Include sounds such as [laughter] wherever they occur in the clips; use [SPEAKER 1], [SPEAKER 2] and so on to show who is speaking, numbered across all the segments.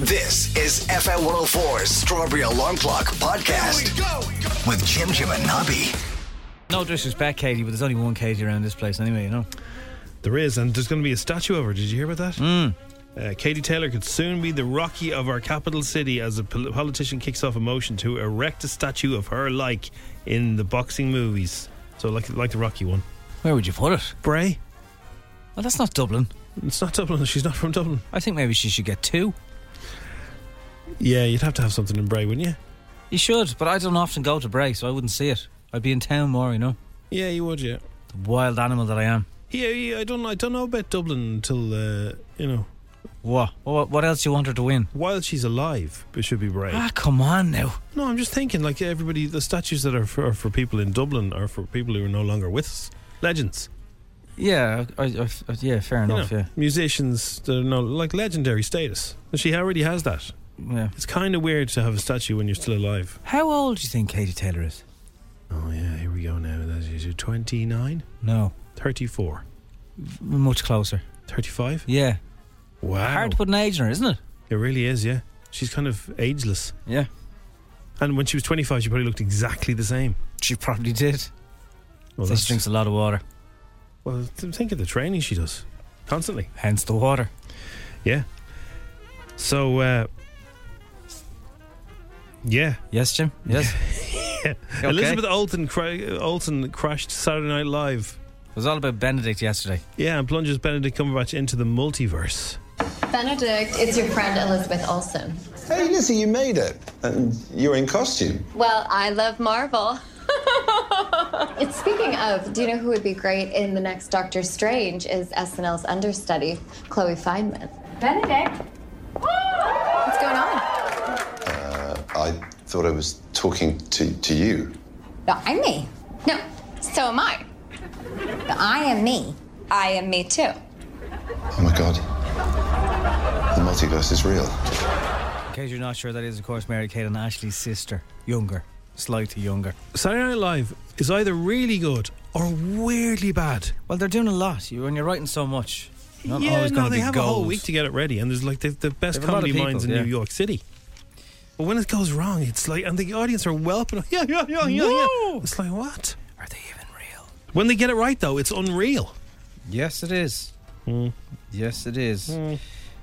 [SPEAKER 1] This is FM 104's Strawberry Alarm Clock Podcast with Jim Jim and Nobby.
[SPEAKER 2] No disrespect, Katie, but there's only one Katie around this place anyway, you know.
[SPEAKER 3] There is, and there's going to be a statue of her. Did you hear about that? Mm. Uh, Katie Taylor could soon be the Rocky of our capital city as a pol- politician kicks off a motion to erect a statue of her like in the boxing movies. So, like like the Rocky one.
[SPEAKER 2] Where would you put it?
[SPEAKER 3] Bray?
[SPEAKER 2] Well, that's not Dublin.
[SPEAKER 3] It's not Dublin. She's not from Dublin.
[SPEAKER 2] I think maybe she should get two.
[SPEAKER 3] Yeah, you'd have to have something in Bray, wouldn't you?
[SPEAKER 2] You should, but I don't often go to Bray, so I wouldn't see it. I'd be in town more, you know.
[SPEAKER 3] Yeah, you would. Yeah.
[SPEAKER 2] The wild animal that I am.
[SPEAKER 3] Yeah, yeah I don't. I don't know about Dublin until uh, you know
[SPEAKER 2] What? What, what else do you want her to win?
[SPEAKER 3] while she's alive. It should be Bray.
[SPEAKER 2] Ah, come on now.
[SPEAKER 3] No, I'm just thinking like everybody. The statues that are for, are for people in Dublin are for people who are no longer with us. Legends.
[SPEAKER 2] Yeah, I, I, I- yeah, fair
[SPEAKER 3] you
[SPEAKER 2] enough,
[SPEAKER 3] know, musicians that are no like legendary status. And she already has that.
[SPEAKER 2] yeah. yeah.
[SPEAKER 3] It's kind of weird to have a statue when you're still alive.
[SPEAKER 2] How old do you think Katie Taylor is?
[SPEAKER 3] Oh yeah, here we go now. That's usually 29,
[SPEAKER 2] No,
[SPEAKER 3] 34,
[SPEAKER 2] much closer.
[SPEAKER 3] 35.
[SPEAKER 2] Yeah.
[SPEAKER 3] Wow.
[SPEAKER 2] Hard to put an age on her, isn't it?
[SPEAKER 3] it really is, yeah. She's kind of ageless.
[SPEAKER 2] Yeah.
[SPEAKER 3] And when she was 25, she probably looked exactly the same.
[SPEAKER 2] She probably did.
[SPEAKER 3] Well,
[SPEAKER 2] So she drinks a lot of water,
[SPEAKER 3] well th- think of the training she does constantly.
[SPEAKER 2] hence the water.
[SPEAKER 3] Yeah. So, uh, yeah,
[SPEAKER 2] Yes, Jim? Yes. Okay.
[SPEAKER 3] Elizabeth Olsen, cra- Olsen crashed Saturday Night Live.
[SPEAKER 2] It was all about Benedict yesterday.
[SPEAKER 3] Yeah, and plunges Benedict Cumberbatch into the multiverse.
[SPEAKER 4] Benedict, it's your friend Elizabeth Olsen.
[SPEAKER 5] Hey, Lizzie, you made it. And you're in costume.
[SPEAKER 4] Well, I love Marvel. [laughs] it's speaking of, do you know who would be great in the next Doctor Strange is SNL's understudy, Chloe Feynman. Benedict? What's going on?
[SPEAKER 5] Uh, I thought I was talking to, to you.
[SPEAKER 6] But I'm me.
[SPEAKER 4] No, so am I.
[SPEAKER 6] But I am me.
[SPEAKER 4] I am me too.
[SPEAKER 5] Oh my god. The multiverse is real.
[SPEAKER 2] In case you're not sure, that is, of course, Mary Kate and Ashley's sister. Younger. Slightly younger.
[SPEAKER 3] Saturday Night Live is either really good or weirdly bad.
[SPEAKER 2] Well, they're doing a lot. You, when you're writing so much, you're not
[SPEAKER 3] yeah,
[SPEAKER 2] always
[SPEAKER 3] no,
[SPEAKER 2] going to
[SPEAKER 3] they
[SPEAKER 2] be
[SPEAKER 3] have
[SPEAKER 2] gold.
[SPEAKER 3] a whole week to get it ready, and there's like the, the best
[SPEAKER 2] They have a lot of
[SPEAKER 3] comedy
[SPEAKER 2] people,
[SPEAKER 3] minds in
[SPEAKER 2] yeah.
[SPEAKER 3] New York City. But when it goes wrong, it's like, and the audience are whelping. [laughs] Yeah, yeah, yeah, yeah, yeah. It's like what?
[SPEAKER 2] Are they even real?
[SPEAKER 3] When they get it right, though, it's unreal.
[SPEAKER 2] Yes, it is. Yes, it is.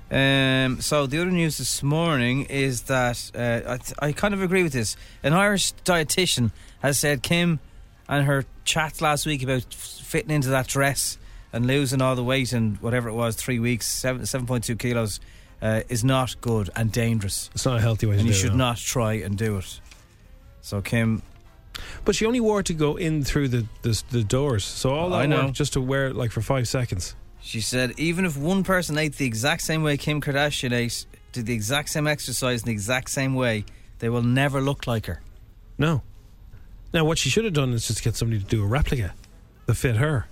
[SPEAKER 2] Um, so the other news this morning is that uh, I, th- I kind of agree with this. An Irish dietitian has said Kim and her chats last week about f- fitting into that dress and losing all the weight and whatever it was, three weeks, seven seven point two kilos, uh, is not good and dangerous,
[SPEAKER 3] It's not a healthy way to
[SPEAKER 2] and
[SPEAKER 3] do
[SPEAKER 2] you
[SPEAKER 3] it,
[SPEAKER 2] should
[SPEAKER 3] no.
[SPEAKER 2] not try and do it. So Kim,
[SPEAKER 3] But she only wore it to go in through the the, the doors, so all
[SPEAKER 2] I
[SPEAKER 3] that
[SPEAKER 2] know.
[SPEAKER 3] worked just to wear it like for five seconds.
[SPEAKER 2] She said, even if one person ate the exact same way Kim Kardashian ate, did the exact same exercise in the exact same way, they will never look like her.
[SPEAKER 3] No. Now, what she should have done is just get somebody to do a replica that fit her.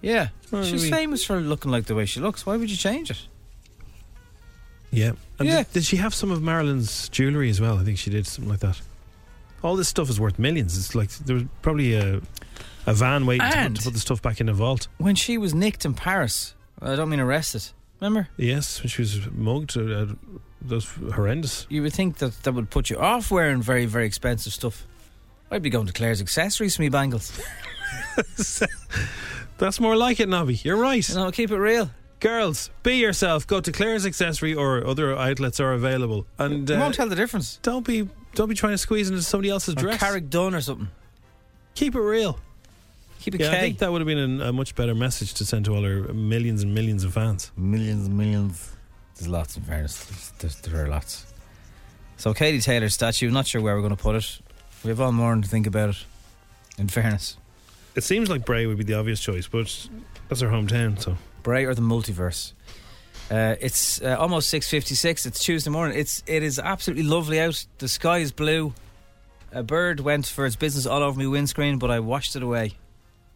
[SPEAKER 2] Yeah.
[SPEAKER 3] Well,
[SPEAKER 2] She's
[SPEAKER 3] we-
[SPEAKER 2] famous for looking like the way she looks. Why would you change it?
[SPEAKER 3] Yeah. And
[SPEAKER 2] Yeah.
[SPEAKER 3] Did, did she have some of Marilyn's jewellery as well? I think she did something like that. All this stuff is worth millions. It's like there was probably a, a van waiting to put,
[SPEAKER 2] And-
[SPEAKER 3] to put the stuff back in a vault.
[SPEAKER 2] When she was nicked in Paris, I don't mean arrested, remember?
[SPEAKER 3] Yes, when she was mugged. Uh, uh, that's horrendous.
[SPEAKER 2] You would think that that would put you off wearing very, very expensive stuff. I'd be going to Claire's accessories for me bangles.
[SPEAKER 3] That's more like it, Nobby. You're right.
[SPEAKER 2] No, keep it real.
[SPEAKER 3] Girls, be yourself. Go to Claire's Accessory or other outlets are available. And
[SPEAKER 2] You
[SPEAKER 3] uh,
[SPEAKER 2] won't tell the difference.
[SPEAKER 3] don't be don't be trying to squeeze into somebody else's
[SPEAKER 2] Or
[SPEAKER 3] dress.
[SPEAKER 2] Carrick Dunn or something.
[SPEAKER 3] Keep it real.
[SPEAKER 2] Keep it
[SPEAKER 3] Yeah, I
[SPEAKER 2] K.
[SPEAKER 3] think that would have been an, a much better message to send to all our millions and millions of fans.
[SPEAKER 2] Millions and millions. There's lots, in fairness. There's, there's, there are lots. So, Katie Taylor's statue, not sure where we're going to put it. We have all morning to think about it, in fairness.
[SPEAKER 3] It seems like Bray would be the obvious choice, but that's her hometown, so
[SPEAKER 2] Bray or the multiverse. Uh, it's uh, almost six fifty-six. It's Tuesday morning. It's it is absolutely lovely out. The sky is blue. A bird went for its business all over my windscreen, but I washed it away.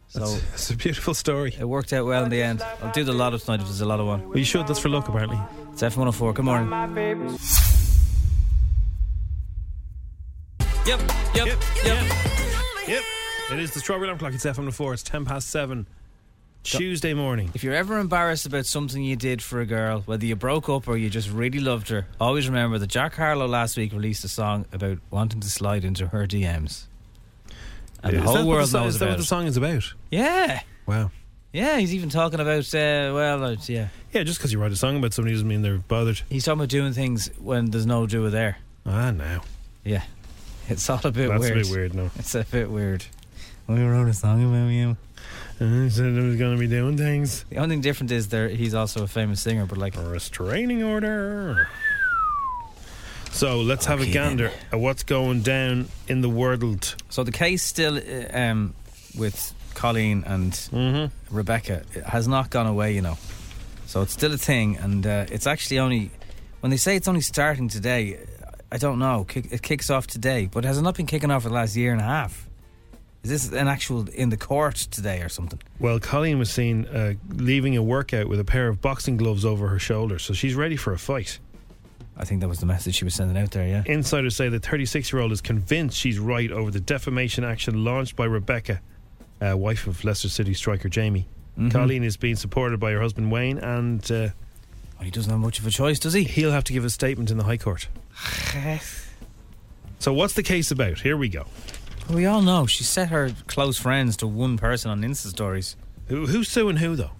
[SPEAKER 2] So
[SPEAKER 3] it's Oh, a beautiful story.
[SPEAKER 2] it worked out well in the end. I'll do the lot of tonight if there's a lot of one.
[SPEAKER 3] Well, you should. That's for luck, apparently.
[SPEAKER 2] It's F one hundred four. Good morning. Yep, yep, yep.
[SPEAKER 3] Yep. It is the Strawberry Alarm Clock. It's FM the 4. It's 10 past 7. Tuesday morning.
[SPEAKER 2] If you're ever embarrassed about something you did for a girl, whether you broke up or you just really loved her, always remember that Jack Harlow last week released a song about wanting to slide into her DMs. And the
[SPEAKER 3] Is that
[SPEAKER 2] whole
[SPEAKER 3] what
[SPEAKER 2] world
[SPEAKER 3] song-
[SPEAKER 2] knows
[SPEAKER 3] Is that
[SPEAKER 2] about
[SPEAKER 3] what the
[SPEAKER 2] it.
[SPEAKER 3] song is about?
[SPEAKER 2] Yeah.
[SPEAKER 3] Wow.
[SPEAKER 2] Yeah, he's even talking about, uh, well, uh, yeah.
[SPEAKER 3] Yeah, just because you write a song about somebody doesn't mean they're bothered.
[SPEAKER 2] He's talking about doing things when there's no doer there.
[SPEAKER 3] Ah, no.
[SPEAKER 2] Yeah. It's all a bit
[SPEAKER 3] That's
[SPEAKER 2] weird.
[SPEAKER 3] a bit weird, no.
[SPEAKER 2] It's a bit weird. We wrote a song about you.
[SPEAKER 3] Uh, he said I was going to be doing things.
[SPEAKER 2] The only thing different is there he's also a famous singer, but like
[SPEAKER 3] Restraining order. So let's have a
[SPEAKER 2] Okay,
[SPEAKER 3] gander at what's going down in the world.
[SPEAKER 2] So the case still uh, um, with Colleen and Rebecca it has not gone away, you know. So it's still a thing, and uh, it's actually only when they say it's only starting today. I don't know. Kick, it kicks off today, but has it not been kicking off for the last year and a half? Is this an actual in the court today or something?
[SPEAKER 3] Well, Colleen was seen uh, leaving a workout with a pair of boxing gloves over her shoulder, so she's ready for a fight.
[SPEAKER 2] I think that was the message she was sending out there. Yeah.
[SPEAKER 3] Insiders say the 36 year old is convinced she's right over the defamation action launched by Rebecca, uh, wife of Leicester City striker Jamie.
[SPEAKER 2] Mm-hmm.
[SPEAKER 3] Colleen is being supported by her husband Wayne, and uh,
[SPEAKER 2] Well, he doesn't have much of a choice, does he?
[SPEAKER 3] he'll have to give a statement in the High Court. So, what's the case about? Here we go.
[SPEAKER 2] We all know she set her close friends to one person on Insta stories.
[SPEAKER 3] Who, who's suing who, though?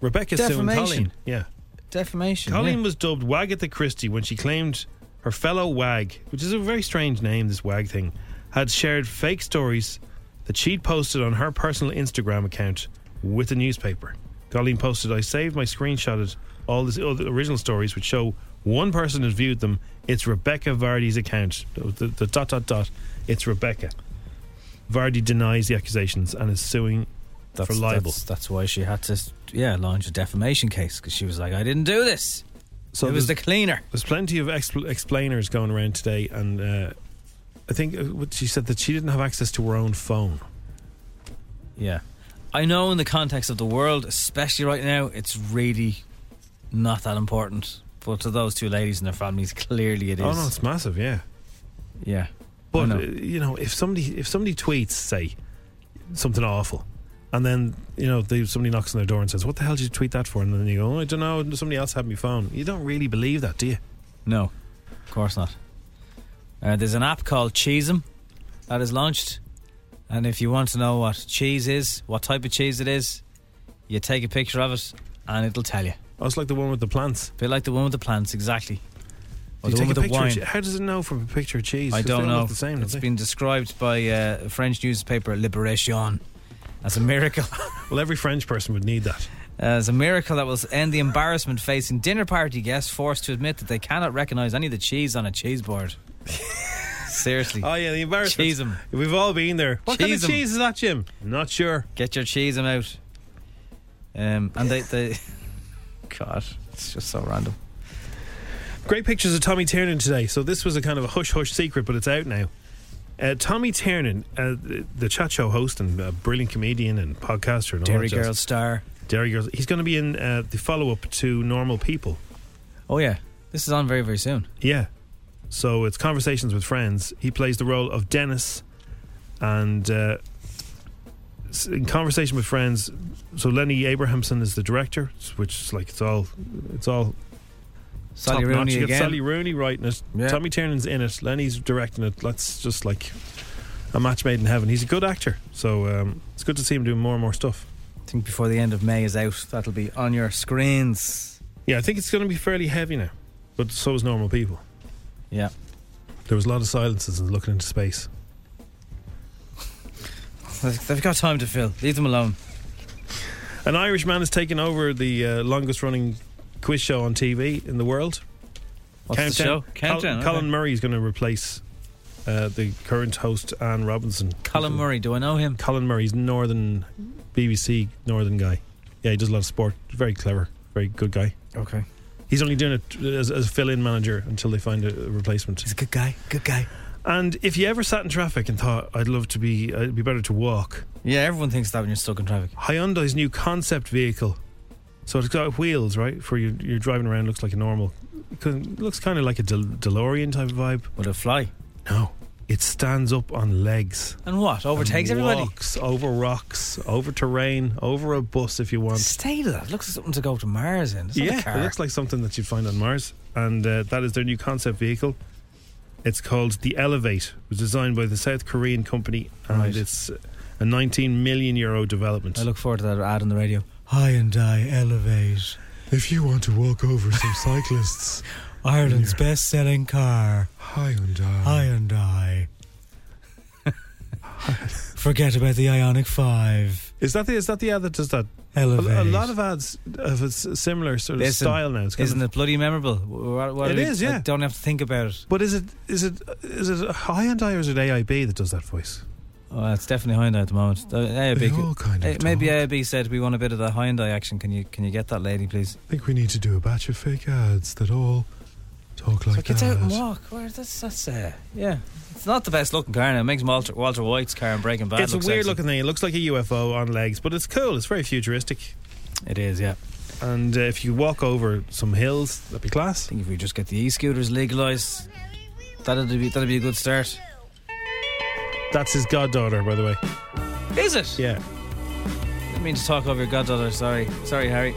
[SPEAKER 3] Rebecca's
[SPEAKER 2] Defamation.
[SPEAKER 3] suing Colleen. Yeah.
[SPEAKER 2] Defamation.
[SPEAKER 3] Colleen
[SPEAKER 2] yeah.
[SPEAKER 3] was dubbed Wagatha Christie when she claimed her fellow wag, which is a very strange name, this wag thing, had shared fake stories that she'd posted on her personal Instagram account with the newspaper. Colleen posted, I saved my screenshotted all these other original stories which show one person has viewed them. It's Rebecca Vardy's account. The, the- the dot dot dot. It's Rebecca. Vardy denies the accusations and is suing for libel.
[SPEAKER 2] That's, that's why she had to, yeah, launch a defamation case because she was like, "I didn't do this.
[SPEAKER 3] so
[SPEAKER 2] it was the
[SPEAKER 3] there's-
[SPEAKER 2] cleaner."
[SPEAKER 3] There's plenty of expl- explainers going around today, and uh, I think uh, what she said that she didn't have access to her own phone.
[SPEAKER 2] Yeah, I know. In the context of the world, especially right now, it's really not that important. But to those two ladies and their families, clearly it is.
[SPEAKER 3] Oh no, it's massive, yeah.
[SPEAKER 2] yeah, I
[SPEAKER 3] But
[SPEAKER 2] know.
[SPEAKER 3] uh, you know, if somebody if somebody tweets say something awful, and then you know they, somebody knocks on their door and says, "What the hell did you tweet that for?" and then you go, oh, "I don't know, somebody else had my phone." You don't really believe that, do you?
[SPEAKER 2] no, of course not. Uh, there's an app called Cheesem that is launched, and if you want to know what cheese is, what type of cheese it is, you take a picture of it, and it'll tell you.
[SPEAKER 3] Oh, it's like the one with the plants.
[SPEAKER 2] bit like the one with the plants, exactly. Or
[SPEAKER 3] you
[SPEAKER 2] the
[SPEAKER 3] take
[SPEAKER 2] one with
[SPEAKER 3] a
[SPEAKER 2] the
[SPEAKER 3] picture of
[SPEAKER 2] wine.
[SPEAKER 3] che- How does it know from a picture of cheese?
[SPEAKER 2] I
[SPEAKER 3] 'Cause they
[SPEAKER 2] don't
[SPEAKER 3] all
[SPEAKER 2] know.
[SPEAKER 3] Look the same,
[SPEAKER 2] it's
[SPEAKER 3] don't they?
[SPEAKER 2] been described by uh, a French newspaper Liberation as a miracle, [laughs]
[SPEAKER 3] well, every French person would need that.
[SPEAKER 2] as a miracle that will end the embarrassment facing dinner party guests forced to admit that they cannot recognise any of the cheese on a
[SPEAKER 3] [laughs]
[SPEAKER 2] cheese board. Seriously,
[SPEAKER 3] Oh yeah, the embarrassment.
[SPEAKER 2] Cheese 'em.
[SPEAKER 3] We've all been there. What kind of
[SPEAKER 2] Cheese 'em.
[SPEAKER 3] cheese is that, Jim? Not sure.
[SPEAKER 2] get your cheese 'em out. Um, and
[SPEAKER 3] [laughs]
[SPEAKER 2] they, they, God, it's just so random.
[SPEAKER 3] Great pictures of Tommy Tiernan today. So this was a kind of a hush hush secret, but it's out now. Uh, Tommy Tiernan, uh, the- the chat show host and a brilliant comedian and podcaster, and all
[SPEAKER 2] Dairy
[SPEAKER 3] that jazz.
[SPEAKER 2] Girl star.
[SPEAKER 3] Dairy Girls. He's going to be in uh, the follow up to Normal People.
[SPEAKER 2] Oh yeah, this is on very very soon.
[SPEAKER 3] Yeah. So it's conversations with friends. He plays the role of Dennis, and uh, s- in conversation with friends. So Lenny Abrahamson is the director, s- which is like it's all it's all
[SPEAKER 2] Sally
[SPEAKER 3] top notch.
[SPEAKER 2] Rooney
[SPEAKER 3] You got
[SPEAKER 2] again.
[SPEAKER 3] Sally Rooney writing it.
[SPEAKER 2] Yeah.
[SPEAKER 3] Tommy Tiernan's in it. Lenny's directing it. That's just like a match made in heaven. He's a good actor, so um, it's good to see him doing more and more stuff.
[SPEAKER 2] I think before the end of May is out, that'll be on your screens.
[SPEAKER 3] Yeah, I think it's going to be fairly heavy now, but so is normal people.
[SPEAKER 2] Yeah.
[SPEAKER 3] There was a lot of silences and looking into space.
[SPEAKER 2] They've they've got time to fill. Leave them alone.
[SPEAKER 3] An Irish man has taken over the uh, longest running quiz show on TV in the world.
[SPEAKER 2] What's the show? Countdown.
[SPEAKER 3] Col-
[SPEAKER 2] okay.
[SPEAKER 3] Colin Murray is going to replace uh, the current host, Anne Robinson.
[SPEAKER 2] Colin Murray. Do I know him?
[SPEAKER 3] Colin Murray's northern BBC northern guy. Yeah, he does a lot of sport. Very clever, very good guy.
[SPEAKER 2] Okay.
[SPEAKER 3] He's only doing it as, as a fill-in manager until they find a a replacement.
[SPEAKER 2] good guy. Good guy.
[SPEAKER 3] And if you ever sat in traffic and thought, "I'd love to be, it'd be better to walk,"
[SPEAKER 2] Yeah, everyone thinks that when you're stuck in traffic.
[SPEAKER 3] Hyundai's new concept vehicle. So it's got wheels, right? For you, you're driving around, looks like a normal, it looks kind of like a De- DeLorean type of vibe.
[SPEAKER 2] Will it fly?
[SPEAKER 3] No, it stands up on legs.
[SPEAKER 2] And what? Overtakes
[SPEAKER 3] and
[SPEAKER 2] everybody?
[SPEAKER 3] Walks over rocks, over terrain, over a bus if you want.
[SPEAKER 2] Stay with that. It looks like something to go to Mars in. It's not a car.
[SPEAKER 3] it looks like something that you'd find on Mars, and uh, that is their new concept vehicle. It's called the Elevate. It was designed by the South Korean company, and
[SPEAKER 2] Right.
[SPEAKER 3] it's uh, a 19 million euro development.
[SPEAKER 2] I look forward to that ad on the radio. High and die elevate.
[SPEAKER 3] If you want to walk over some cyclists,
[SPEAKER 2] Ireland's best selling car.
[SPEAKER 3] Hyundai.
[SPEAKER 2] High and [laughs] die. Forget about the Ionic 5.
[SPEAKER 3] Is that the is that the ad that does that? A,
[SPEAKER 2] Elevate.
[SPEAKER 3] a lot of ads have a s- similar sort of
[SPEAKER 2] Listen,
[SPEAKER 3] style now. It's kind
[SPEAKER 2] Isn't
[SPEAKER 3] of-
[SPEAKER 2] it bloody memorable? What, what
[SPEAKER 3] It
[SPEAKER 2] do we-
[SPEAKER 3] is,
[SPEAKER 2] I
[SPEAKER 3] yeah.
[SPEAKER 2] don't have to think about it.
[SPEAKER 3] But is it is it is it Hyundai or is it AIB that does that voice?
[SPEAKER 2] Oh, it's definitely Hyundai at the moment. Uh, AIB
[SPEAKER 3] They
[SPEAKER 2] could-
[SPEAKER 3] all kind of
[SPEAKER 2] Uh, Maybe
[SPEAKER 3] talk.
[SPEAKER 2] AIB said we want a bit of the Hyundai action. Can you can you get that lady, please?
[SPEAKER 3] I think we need to do a batch of fake ads that all talk
[SPEAKER 2] Like it's out and walk. Where that's that's uh, yeah. It's not the best looking car now. It makes Walter, Walter White's car in Breaking Bad.
[SPEAKER 3] It's a
[SPEAKER 2] look
[SPEAKER 3] weird
[SPEAKER 2] sexy.
[SPEAKER 3] looking thing. It looks like a UFO on legs, but it's cool. It's very futuristic.
[SPEAKER 2] It is, yeah.
[SPEAKER 3] And uh, if you walk over some hills, that'd be
[SPEAKER 2] I
[SPEAKER 3] class.
[SPEAKER 2] think if we just get the e-scooters legalised, that'd be that'd be a good start.
[SPEAKER 3] That's his goddaughter, by the way.
[SPEAKER 2] Is it?
[SPEAKER 3] Yeah.
[SPEAKER 2] Didn't mean to talk over your goddaughter. Sorry, sorry, Harry.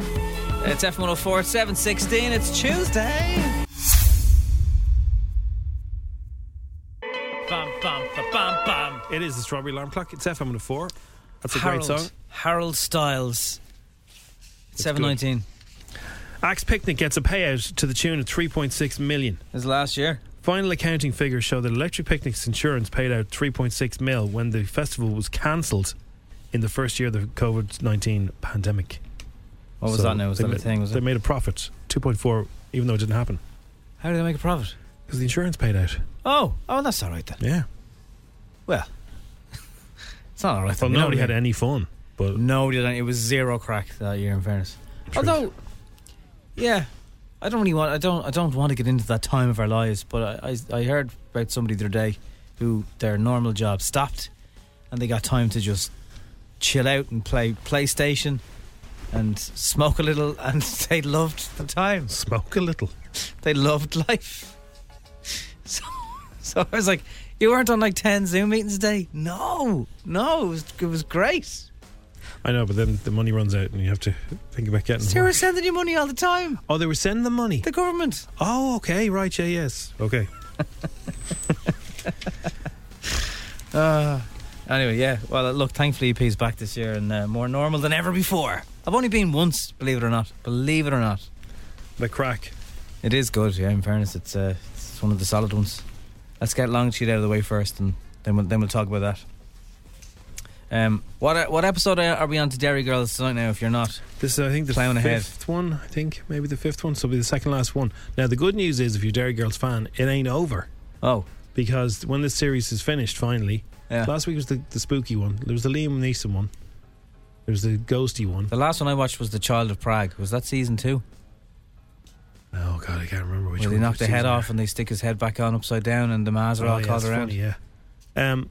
[SPEAKER 2] It's F one hundred four seven sixteen. It's Tuesday. Bum, bum, ba, bum, bum.
[SPEAKER 3] It is the Strawberry Alarm Clock. It's FM 104. That's a
[SPEAKER 2] Harold,
[SPEAKER 3] great song.
[SPEAKER 2] Harold Styles. Seven nineteen.
[SPEAKER 3] Axe Picnic gets a payout to the tune of 3.6 million.
[SPEAKER 2] Is last year.
[SPEAKER 3] Final accounting figures show that Electric Picnic's insurance paid out 3.6 mil when the festival was cancelled in the first year of the COVID 19 pandemic.
[SPEAKER 2] What was
[SPEAKER 3] So
[SPEAKER 2] that now? Was
[SPEAKER 3] they
[SPEAKER 2] that a
[SPEAKER 3] ma-
[SPEAKER 2] thing? Was
[SPEAKER 3] they
[SPEAKER 2] it?
[SPEAKER 3] made a profit, 2.4, even though it didn't happen.
[SPEAKER 2] How do they make a profit?
[SPEAKER 3] Because the insurance paid out.
[SPEAKER 2] Oh, oh, that's all right then.
[SPEAKER 3] Yeah.
[SPEAKER 2] Well, [laughs] it's not all right.
[SPEAKER 3] Well,
[SPEAKER 2] then. You know
[SPEAKER 3] nobody
[SPEAKER 2] what I
[SPEAKER 3] had
[SPEAKER 2] mean.
[SPEAKER 3] any fun, but
[SPEAKER 2] Nobody had any. It was zero crack that year, in fairness. Although, yeah, I don't really want. I don't. I don't want to get into that time of our lives. But I, I, I heard about somebody the other day who their normal job stopped, and they got time to just chill out and play PlayStation. And smoke a little, [laughs] and they loved the time.
[SPEAKER 3] smoke a little.
[SPEAKER 2] They loved life. [laughs] So, so I was like, "You weren't on like ten Zoom meetings a day." No, no, it was, it was great.
[SPEAKER 3] I know, but then the money runs out, and you have to think about getting.
[SPEAKER 2] They
[SPEAKER 3] more.
[SPEAKER 2] were sending you money all the time.
[SPEAKER 3] Oh, they were sending the money.
[SPEAKER 2] The government.
[SPEAKER 3] Oh, okay, right, yeah, yes, okay.
[SPEAKER 2] Anyway, yeah. Well, uh, look, thankfully EP's back this year and uh, more normal than ever before. I've only been once, believe it or not. Believe it or not.
[SPEAKER 3] The crack.
[SPEAKER 2] It is good, yeah, in fairness. It's, uh, it's one of the solid ones. Let's get Longitude out of the way first and then we'll, then we'll talk about that. Um, what what episode uh, are we on to Dairy Girls tonight now, if you're not?
[SPEAKER 3] This is, I think, the
[SPEAKER 2] Plowing ahead.
[SPEAKER 3] fifth one. I think maybe the fifth one. So it'll be the second last one. Now, the good news is, if you're a Dairy Girls fan, it ain't over
[SPEAKER 2] Oh,
[SPEAKER 3] because when this series is finished, finally,
[SPEAKER 2] yeah.
[SPEAKER 3] last week was the, the spooky one. There was the Liam Neeson one. There was the ghosty one.
[SPEAKER 2] the last one I watched was The Child of Prague. Was that season two?
[SPEAKER 3] Oh God, I can't remember which
[SPEAKER 2] Where
[SPEAKER 3] one.
[SPEAKER 2] they knock
[SPEAKER 3] which
[SPEAKER 2] the head
[SPEAKER 3] season. Oh,
[SPEAKER 2] off and they stick his head back on upside down and the ma's are all
[SPEAKER 3] yeah,
[SPEAKER 2] caught
[SPEAKER 3] it's
[SPEAKER 2] around.
[SPEAKER 3] funny, yeah. Um.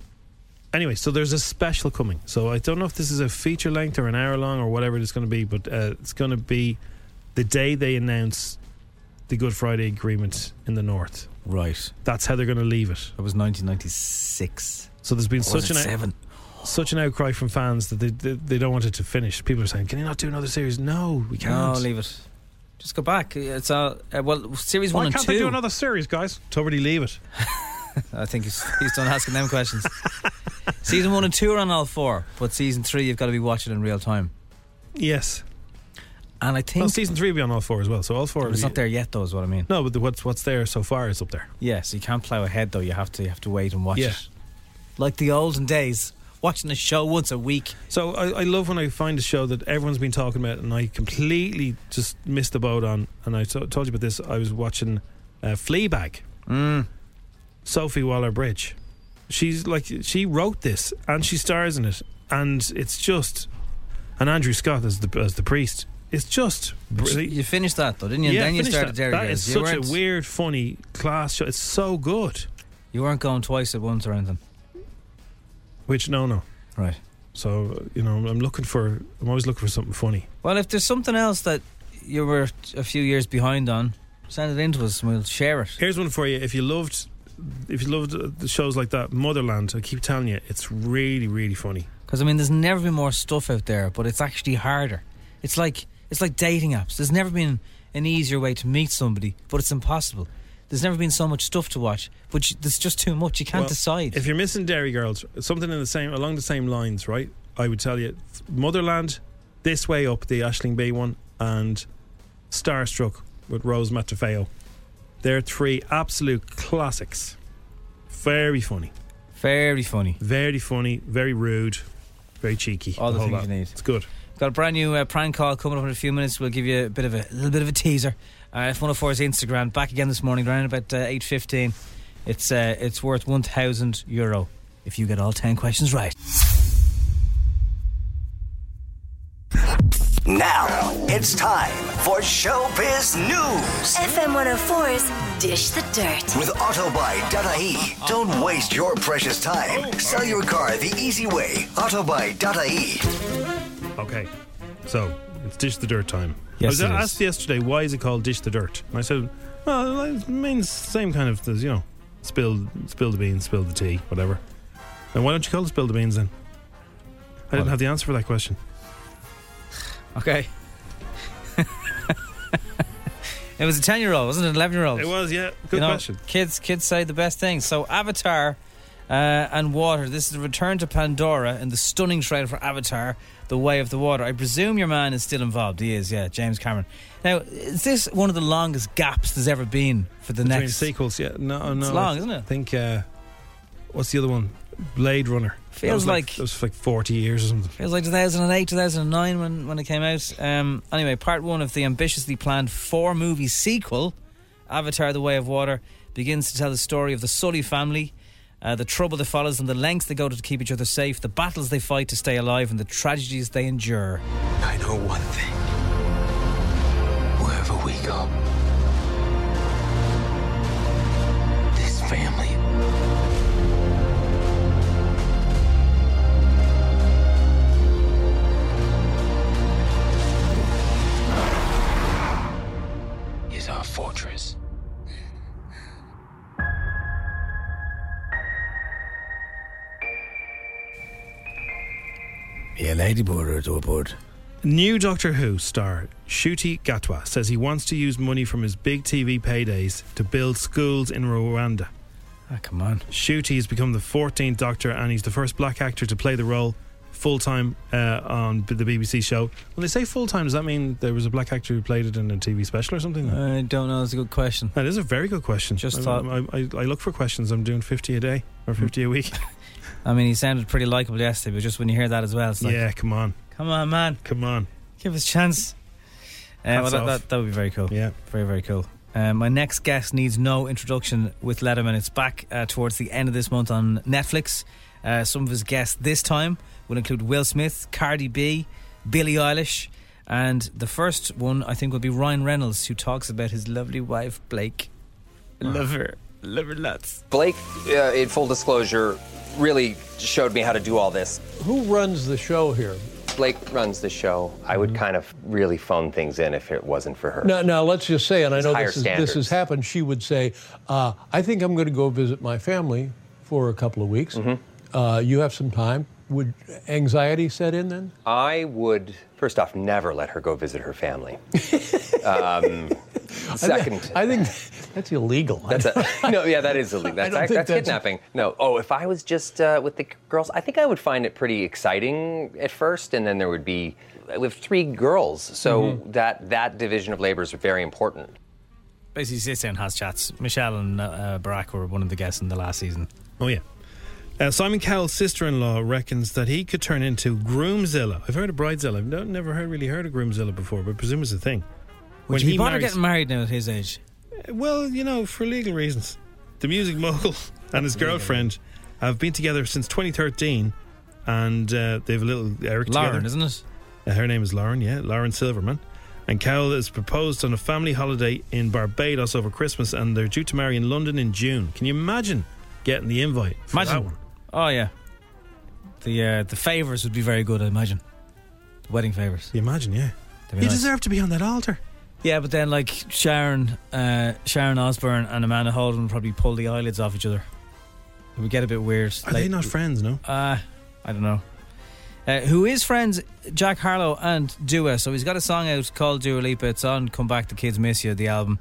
[SPEAKER 3] Anyway, so there's a special coming. So I don't know if this is a feature length or an hour long or whatever it's going to be, but uh, it's going to be the day they announce the Good Friday Agreement in the North.
[SPEAKER 2] Right.
[SPEAKER 3] That's how they're going to leave it.
[SPEAKER 2] That was 1996.
[SPEAKER 3] So there's been
[SPEAKER 2] Such
[SPEAKER 3] such an out,
[SPEAKER 2] seven.
[SPEAKER 3] such an outcry from fans that they, they they don't want it to finish. People are saying, "Can you not do another series?" No, we
[SPEAKER 2] No,
[SPEAKER 3] can't.
[SPEAKER 2] leave it. Just go back. It's all uh, well. Series
[SPEAKER 3] Why
[SPEAKER 2] one and
[SPEAKER 3] can't they
[SPEAKER 2] two.
[SPEAKER 3] do another series, guys? To already leave it.
[SPEAKER 2] I think he's, he's done asking
[SPEAKER 3] [laughs]
[SPEAKER 2] them questions. season one and two are on all four, but season three you've got to be watching in real time.
[SPEAKER 3] Yes.
[SPEAKER 2] And I think
[SPEAKER 3] Well, season three will be on all four as well, so all four.
[SPEAKER 2] it's
[SPEAKER 3] of
[SPEAKER 2] not there yet, though. Is what I mean.
[SPEAKER 3] No, but the, what's what's there so far is up there.
[SPEAKER 2] Yeah, so you can't plow ahead though. You have to you have to wait and watch
[SPEAKER 3] Yeah.
[SPEAKER 2] it. Like the olden days, watching a show once a week.
[SPEAKER 3] So I, I love when I find a show that everyone's been talking about and I completely just missed the boat on. And I to- told you about this. I was watching uh, Fleabag.
[SPEAKER 2] Mm.
[SPEAKER 3] Sophie Waller Bridge. She's like she wrote this and she stars in it, and it's just and Andrew Scott as the as the priest. It's just brilliant.
[SPEAKER 2] You finished that though, didn't you? and then you
[SPEAKER 3] finish
[SPEAKER 2] started
[SPEAKER 3] that.
[SPEAKER 2] Derry
[SPEAKER 3] That
[SPEAKER 2] Girls.
[SPEAKER 3] is
[SPEAKER 2] you,
[SPEAKER 3] such
[SPEAKER 2] weren't,
[SPEAKER 3] a weird, funny class show. It's so good.
[SPEAKER 2] you weren't going twice at once or anything.
[SPEAKER 3] Which no, no.
[SPEAKER 2] Right.
[SPEAKER 3] So you know, I'm looking for. I'm always looking for something funny.
[SPEAKER 2] Well, if there's something else that you were a few years behind on, send it in to us and we'll share it.
[SPEAKER 3] Here's one for you. If you loved, if you loved uh, the shows like that, Motherland. I keep telling you, it's really, really funny.
[SPEAKER 2] Because I mean, there's never been more stuff out there, but it's actually harder. It's like it's like dating apps. There's never been an easier way to meet somebody, but it's impossible. There's never been so much stuff to watch, but you, there's just too much. You can't
[SPEAKER 3] Well,
[SPEAKER 2] decide.
[SPEAKER 3] If you're missing Dairy Girls, something in the same along the same lines, right? I would tell you, Motherland, this way up the Ashling Bay one, and Starstruck with Rose Matafeo. They're three absolute classics. Very funny,
[SPEAKER 2] Very funny.
[SPEAKER 3] very funny, very rude, very cheeky.
[SPEAKER 2] All the
[SPEAKER 3] whole
[SPEAKER 2] things
[SPEAKER 3] lot.
[SPEAKER 2] you need.
[SPEAKER 3] It's good.
[SPEAKER 2] Got a brand new uh, prank call coming up in a few minutes. We'll give you a bit of a little bit of a teaser. Uh, F104's Instagram back again this morning around about uh, eight fifteen. It's uh, it's worth one thousand euro if you get all ten questions right.
[SPEAKER 1] Now it's time for Showbiz News
[SPEAKER 7] FM 104's Dish the Dirt.
[SPEAKER 1] with Autobuy.ie. E. Don't waste your precious time. Sell your car the easy way. Autobuy.ie.
[SPEAKER 3] Okay, so it's dish the dirt time.
[SPEAKER 2] Yes,
[SPEAKER 3] I was
[SPEAKER 2] it is.
[SPEAKER 3] asked yesterday why is it called dish the dirt, and I said, well, it means same kind of things, you know, spill, spill the beans, spill the tea, whatever. Then why don't you call it spill the beans then? I didn't have the answer for that question.
[SPEAKER 2] Okay. it was a ten year old, wasn't it? Eleven year old.
[SPEAKER 3] It was, yeah, good
[SPEAKER 2] You know,
[SPEAKER 3] question.
[SPEAKER 2] Kids, kids say the best things. So Avatar uh, and Water. This is the return to Pandora and the stunning trailer for Avatar: The Way of the Water. I presume your man is still involved. He is, yeah, James Cameron. Now, is this one of the longest gaps there's ever been for the
[SPEAKER 3] Between
[SPEAKER 2] next?
[SPEAKER 3] sequels, yeah, no, no,
[SPEAKER 2] It's long, isn't it?
[SPEAKER 3] I think uh, what's the other one? Blade Runner. That
[SPEAKER 2] Feels
[SPEAKER 3] was
[SPEAKER 2] like-
[SPEAKER 3] that was like forty years or something.
[SPEAKER 2] It was like 2008, 2009 when, when it came out. Um, anyway, part one of the ambitiously planned four movie sequel, Avatar The Way of Water, begins to tell the story of the Sully family, uh, the trouble that follows, and the lengths they go to keep each other safe, the battles they fight to stay alive, and the tragedies they endure.
[SPEAKER 8] I know one thing. Wherever we go, this family is our fortress.
[SPEAKER 2] Yeah, Ladyboard to aboard.
[SPEAKER 3] New Doctor Who star Shuti Gatwa says he wants to use money from his big TV paydays to build schools in Rwanda.
[SPEAKER 2] Ah, come on.
[SPEAKER 3] Shuti has become the 14th Doctor and he's the first black actor to play the role full time uh, on b- the BBC show. When they say full time, does that mean there was a black actor who played it in a TV special or something?
[SPEAKER 2] I don't know. It's a good question.
[SPEAKER 3] that is a very good question.
[SPEAKER 2] Uh, Just
[SPEAKER 3] I,
[SPEAKER 2] thought-
[SPEAKER 3] I, I, I look for questions. I'm doing 50 a day or 50 a
[SPEAKER 2] [laughs]
[SPEAKER 3] week.
[SPEAKER 2] I mean, he sounded pretty likable yesterday, but just when you hear that as well, it's like,
[SPEAKER 3] yeah, come on.
[SPEAKER 2] come on, man,
[SPEAKER 3] Come on.
[SPEAKER 2] give us a chance. Uh,
[SPEAKER 3] Hats
[SPEAKER 2] well, that,
[SPEAKER 3] off.
[SPEAKER 2] that, that would be very cool.
[SPEAKER 3] Yeah.
[SPEAKER 2] Very, very cool. Uh, my next guest needs no introduction with Letterman. It's back uh, towards the end of this month on Netflix. Uh, some of his guests this time will include Will Smith, Cardi B, Billie Eilish, and the first one I think will be Ryan Reynolds, who talks about his lovely wife Blake. Love her, love her lots.
[SPEAKER 9] Blake, uh, in full disclosure, really showed me how to do all this.
[SPEAKER 8] Who runs the show here?
[SPEAKER 9] Blake runs the show. I would kind of really phone things in if it wasn't for her.
[SPEAKER 8] Now, now let's just say, and I know
[SPEAKER 9] higher
[SPEAKER 8] this, is, this has
[SPEAKER 9] standards.
[SPEAKER 8] happened, she would say, uh, I think I'm going to go visit my family for a couple of weeks.
[SPEAKER 9] Mm-hmm.
[SPEAKER 8] Uh, you have some time. Would anxiety set in then?
[SPEAKER 9] I would, first off, never let her go visit
[SPEAKER 8] [laughs]
[SPEAKER 9] her family. um, second,
[SPEAKER 8] I think [laughs] that's illegal. [laughs]
[SPEAKER 9] that's a, [laughs] no, yeah, that is illegal. That's,
[SPEAKER 8] don't
[SPEAKER 9] act-
[SPEAKER 8] think
[SPEAKER 9] that's,
[SPEAKER 8] that's-
[SPEAKER 9] kidnapping. No, oh, if I was just uh, with the girls, I think I would find it pretty exciting at first, and then there would be
[SPEAKER 10] we have three girls, so
[SPEAKER 8] Mm-hmm.
[SPEAKER 10] that that division of labor is very important.
[SPEAKER 2] Basically, sits down, has chats. Michelle and uh, Barack were one of the guests in the last season.
[SPEAKER 3] Oh yeah. Uh, Simon Cowell's sister-in-law reckons that he could turn into Groomzilla. I've heard of Bridezilla. I've no, never heard, really heard of Groomzilla before, but I presume it's a thing.
[SPEAKER 2] Would you be bothered getting married now at his age?
[SPEAKER 3] Well, you know, for legal reasons. The music mogul [laughs] and his girlfriend have been together since 2013, and uh, they have a little Eric
[SPEAKER 2] Lauren,
[SPEAKER 3] together.
[SPEAKER 2] isn't it?
[SPEAKER 3] Uh, her name is Lauren, yeah, Lauren Silverman. And Cowell has proposed on a family holiday in Barbados over Christmas, and they're due to marry in London in June. Can you imagine getting the invite? for
[SPEAKER 2] Imagine.
[SPEAKER 3] that one?
[SPEAKER 2] Oh yeah. The uh, the favors would be very good, I imagine. The wedding favors.
[SPEAKER 3] You imagine, yeah.
[SPEAKER 2] You
[SPEAKER 3] You deserve to be on that altar.
[SPEAKER 2] Yeah, but then like Sharon, uh, Sharon Osbourne and Amanda Holden would probably pull the eyelids off each other. It would get a bit weird.
[SPEAKER 3] Are they not friends? No.
[SPEAKER 2] Uh, I don't know. Uh, who is friends? Jack Harlow and Dua. So he's got a song out called Dua Lipa. It's on "Come Back, the Kids Miss You," the album.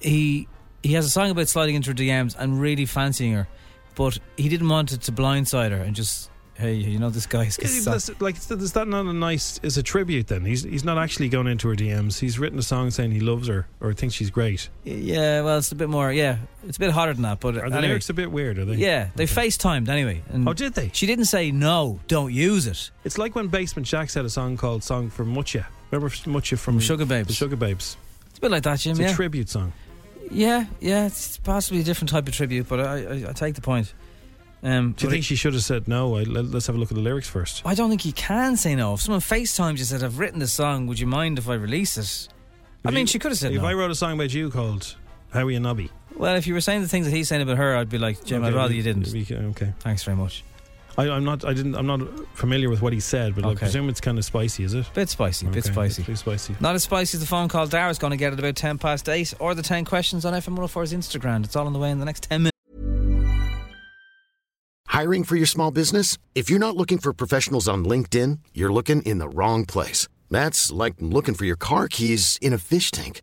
[SPEAKER 2] He he has a song about sliding into her DMs and really fancying her, but he didn't want it to blindside her and just hey, you know this guy's. got
[SPEAKER 3] Yeah,
[SPEAKER 2] a
[SPEAKER 3] but
[SPEAKER 2] song."
[SPEAKER 3] that's- like, is that- is that not a nice? Is a tribute then? He's he's not actually going into her DMs. He's written a song saying he loves her or thinks she's great.
[SPEAKER 2] Yeah, well, it's a bit more. Yeah, it's a bit hotter than that. But
[SPEAKER 3] Are the
[SPEAKER 2] anyway.
[SPEAKER 3] lyrics a bit weird? Are they?
[SPEAKER 2] Yeah, they FaceTimed anyway. And
[SPEAKER 3] Oh, did they?
[SPEAKER 2] She didn't say no. Don't use it.
[SPEAKER 3] It's like when Basement Jack had a song called "Song for Mucha." Remember Mucha from
[SPEAKER 2] Sugar Babes.
[SPEAKER 3] The Sugar Babes.
[SPEAKER 2] It's a bit like that, Jim.
[SPEAKER 3] It's
[SPEAKER 2] yeah.
[SPEAKER 3] a tribute song.
[SPEAKER 2] yeah, yeah. It's possibly a different type of tribute, but I, I, I take the point. Um,
[SPEAKER 3] Do you
[SPEAKER 2] but
[SPEAKER 3] think she should have said no? I, let, us have a look at the lyrics first.
[SPEAKER 2] I don't think you can say no. If someone FaceTimes you said, "I've written this song. Would you mind if I release it?" I
[SPEAKER 3] If
[SPEAKER 2] mean,
[SPEAKER 3] you-
[SPEAKER 2] she could have said
[SPEAKER 3] If
[SPEAKER 2] no.
[SPEAKER 3] I wrote a song about you called "Howie and Nobby,"
[SPEAKER 2] well, if you were saying the things that he's saying about her, I'd be like, Jim, I'd
[SPEAKER 3] Okay,
[SPEAKER 2] rather
[SPEAKER 3] we-
[SPEAKER 2] you didn't.
[SPEAKER 3] we can- okay.
[SPEAKER 2] Thanks very much.
[SPEAKER 3] I, I'm not. I didn't. I'm not familiar with what he said, but I
[SPEAKER 2] Okay.
[SPEAKER 3] presume it's kind of spicy, is it?
[SPEAKER 2] Bit spicy.
[SPEAKER 3] Bit
[SPEAKER 2] spicy.
[SPEAKER 3] Bit spicy.
[SPEAKER 2] Not as spicy as the phone call Dara's going to get at about 10 past 8 or the 10 questions on FM104's Instagram. It's all on the way in the next 10 minutes.
[SPEAKER 11] Hiring for your small business? If you're not looking for professionals on LinkedIn, you're looking in the wrong place. That's like looking for your car keys in a fish tank.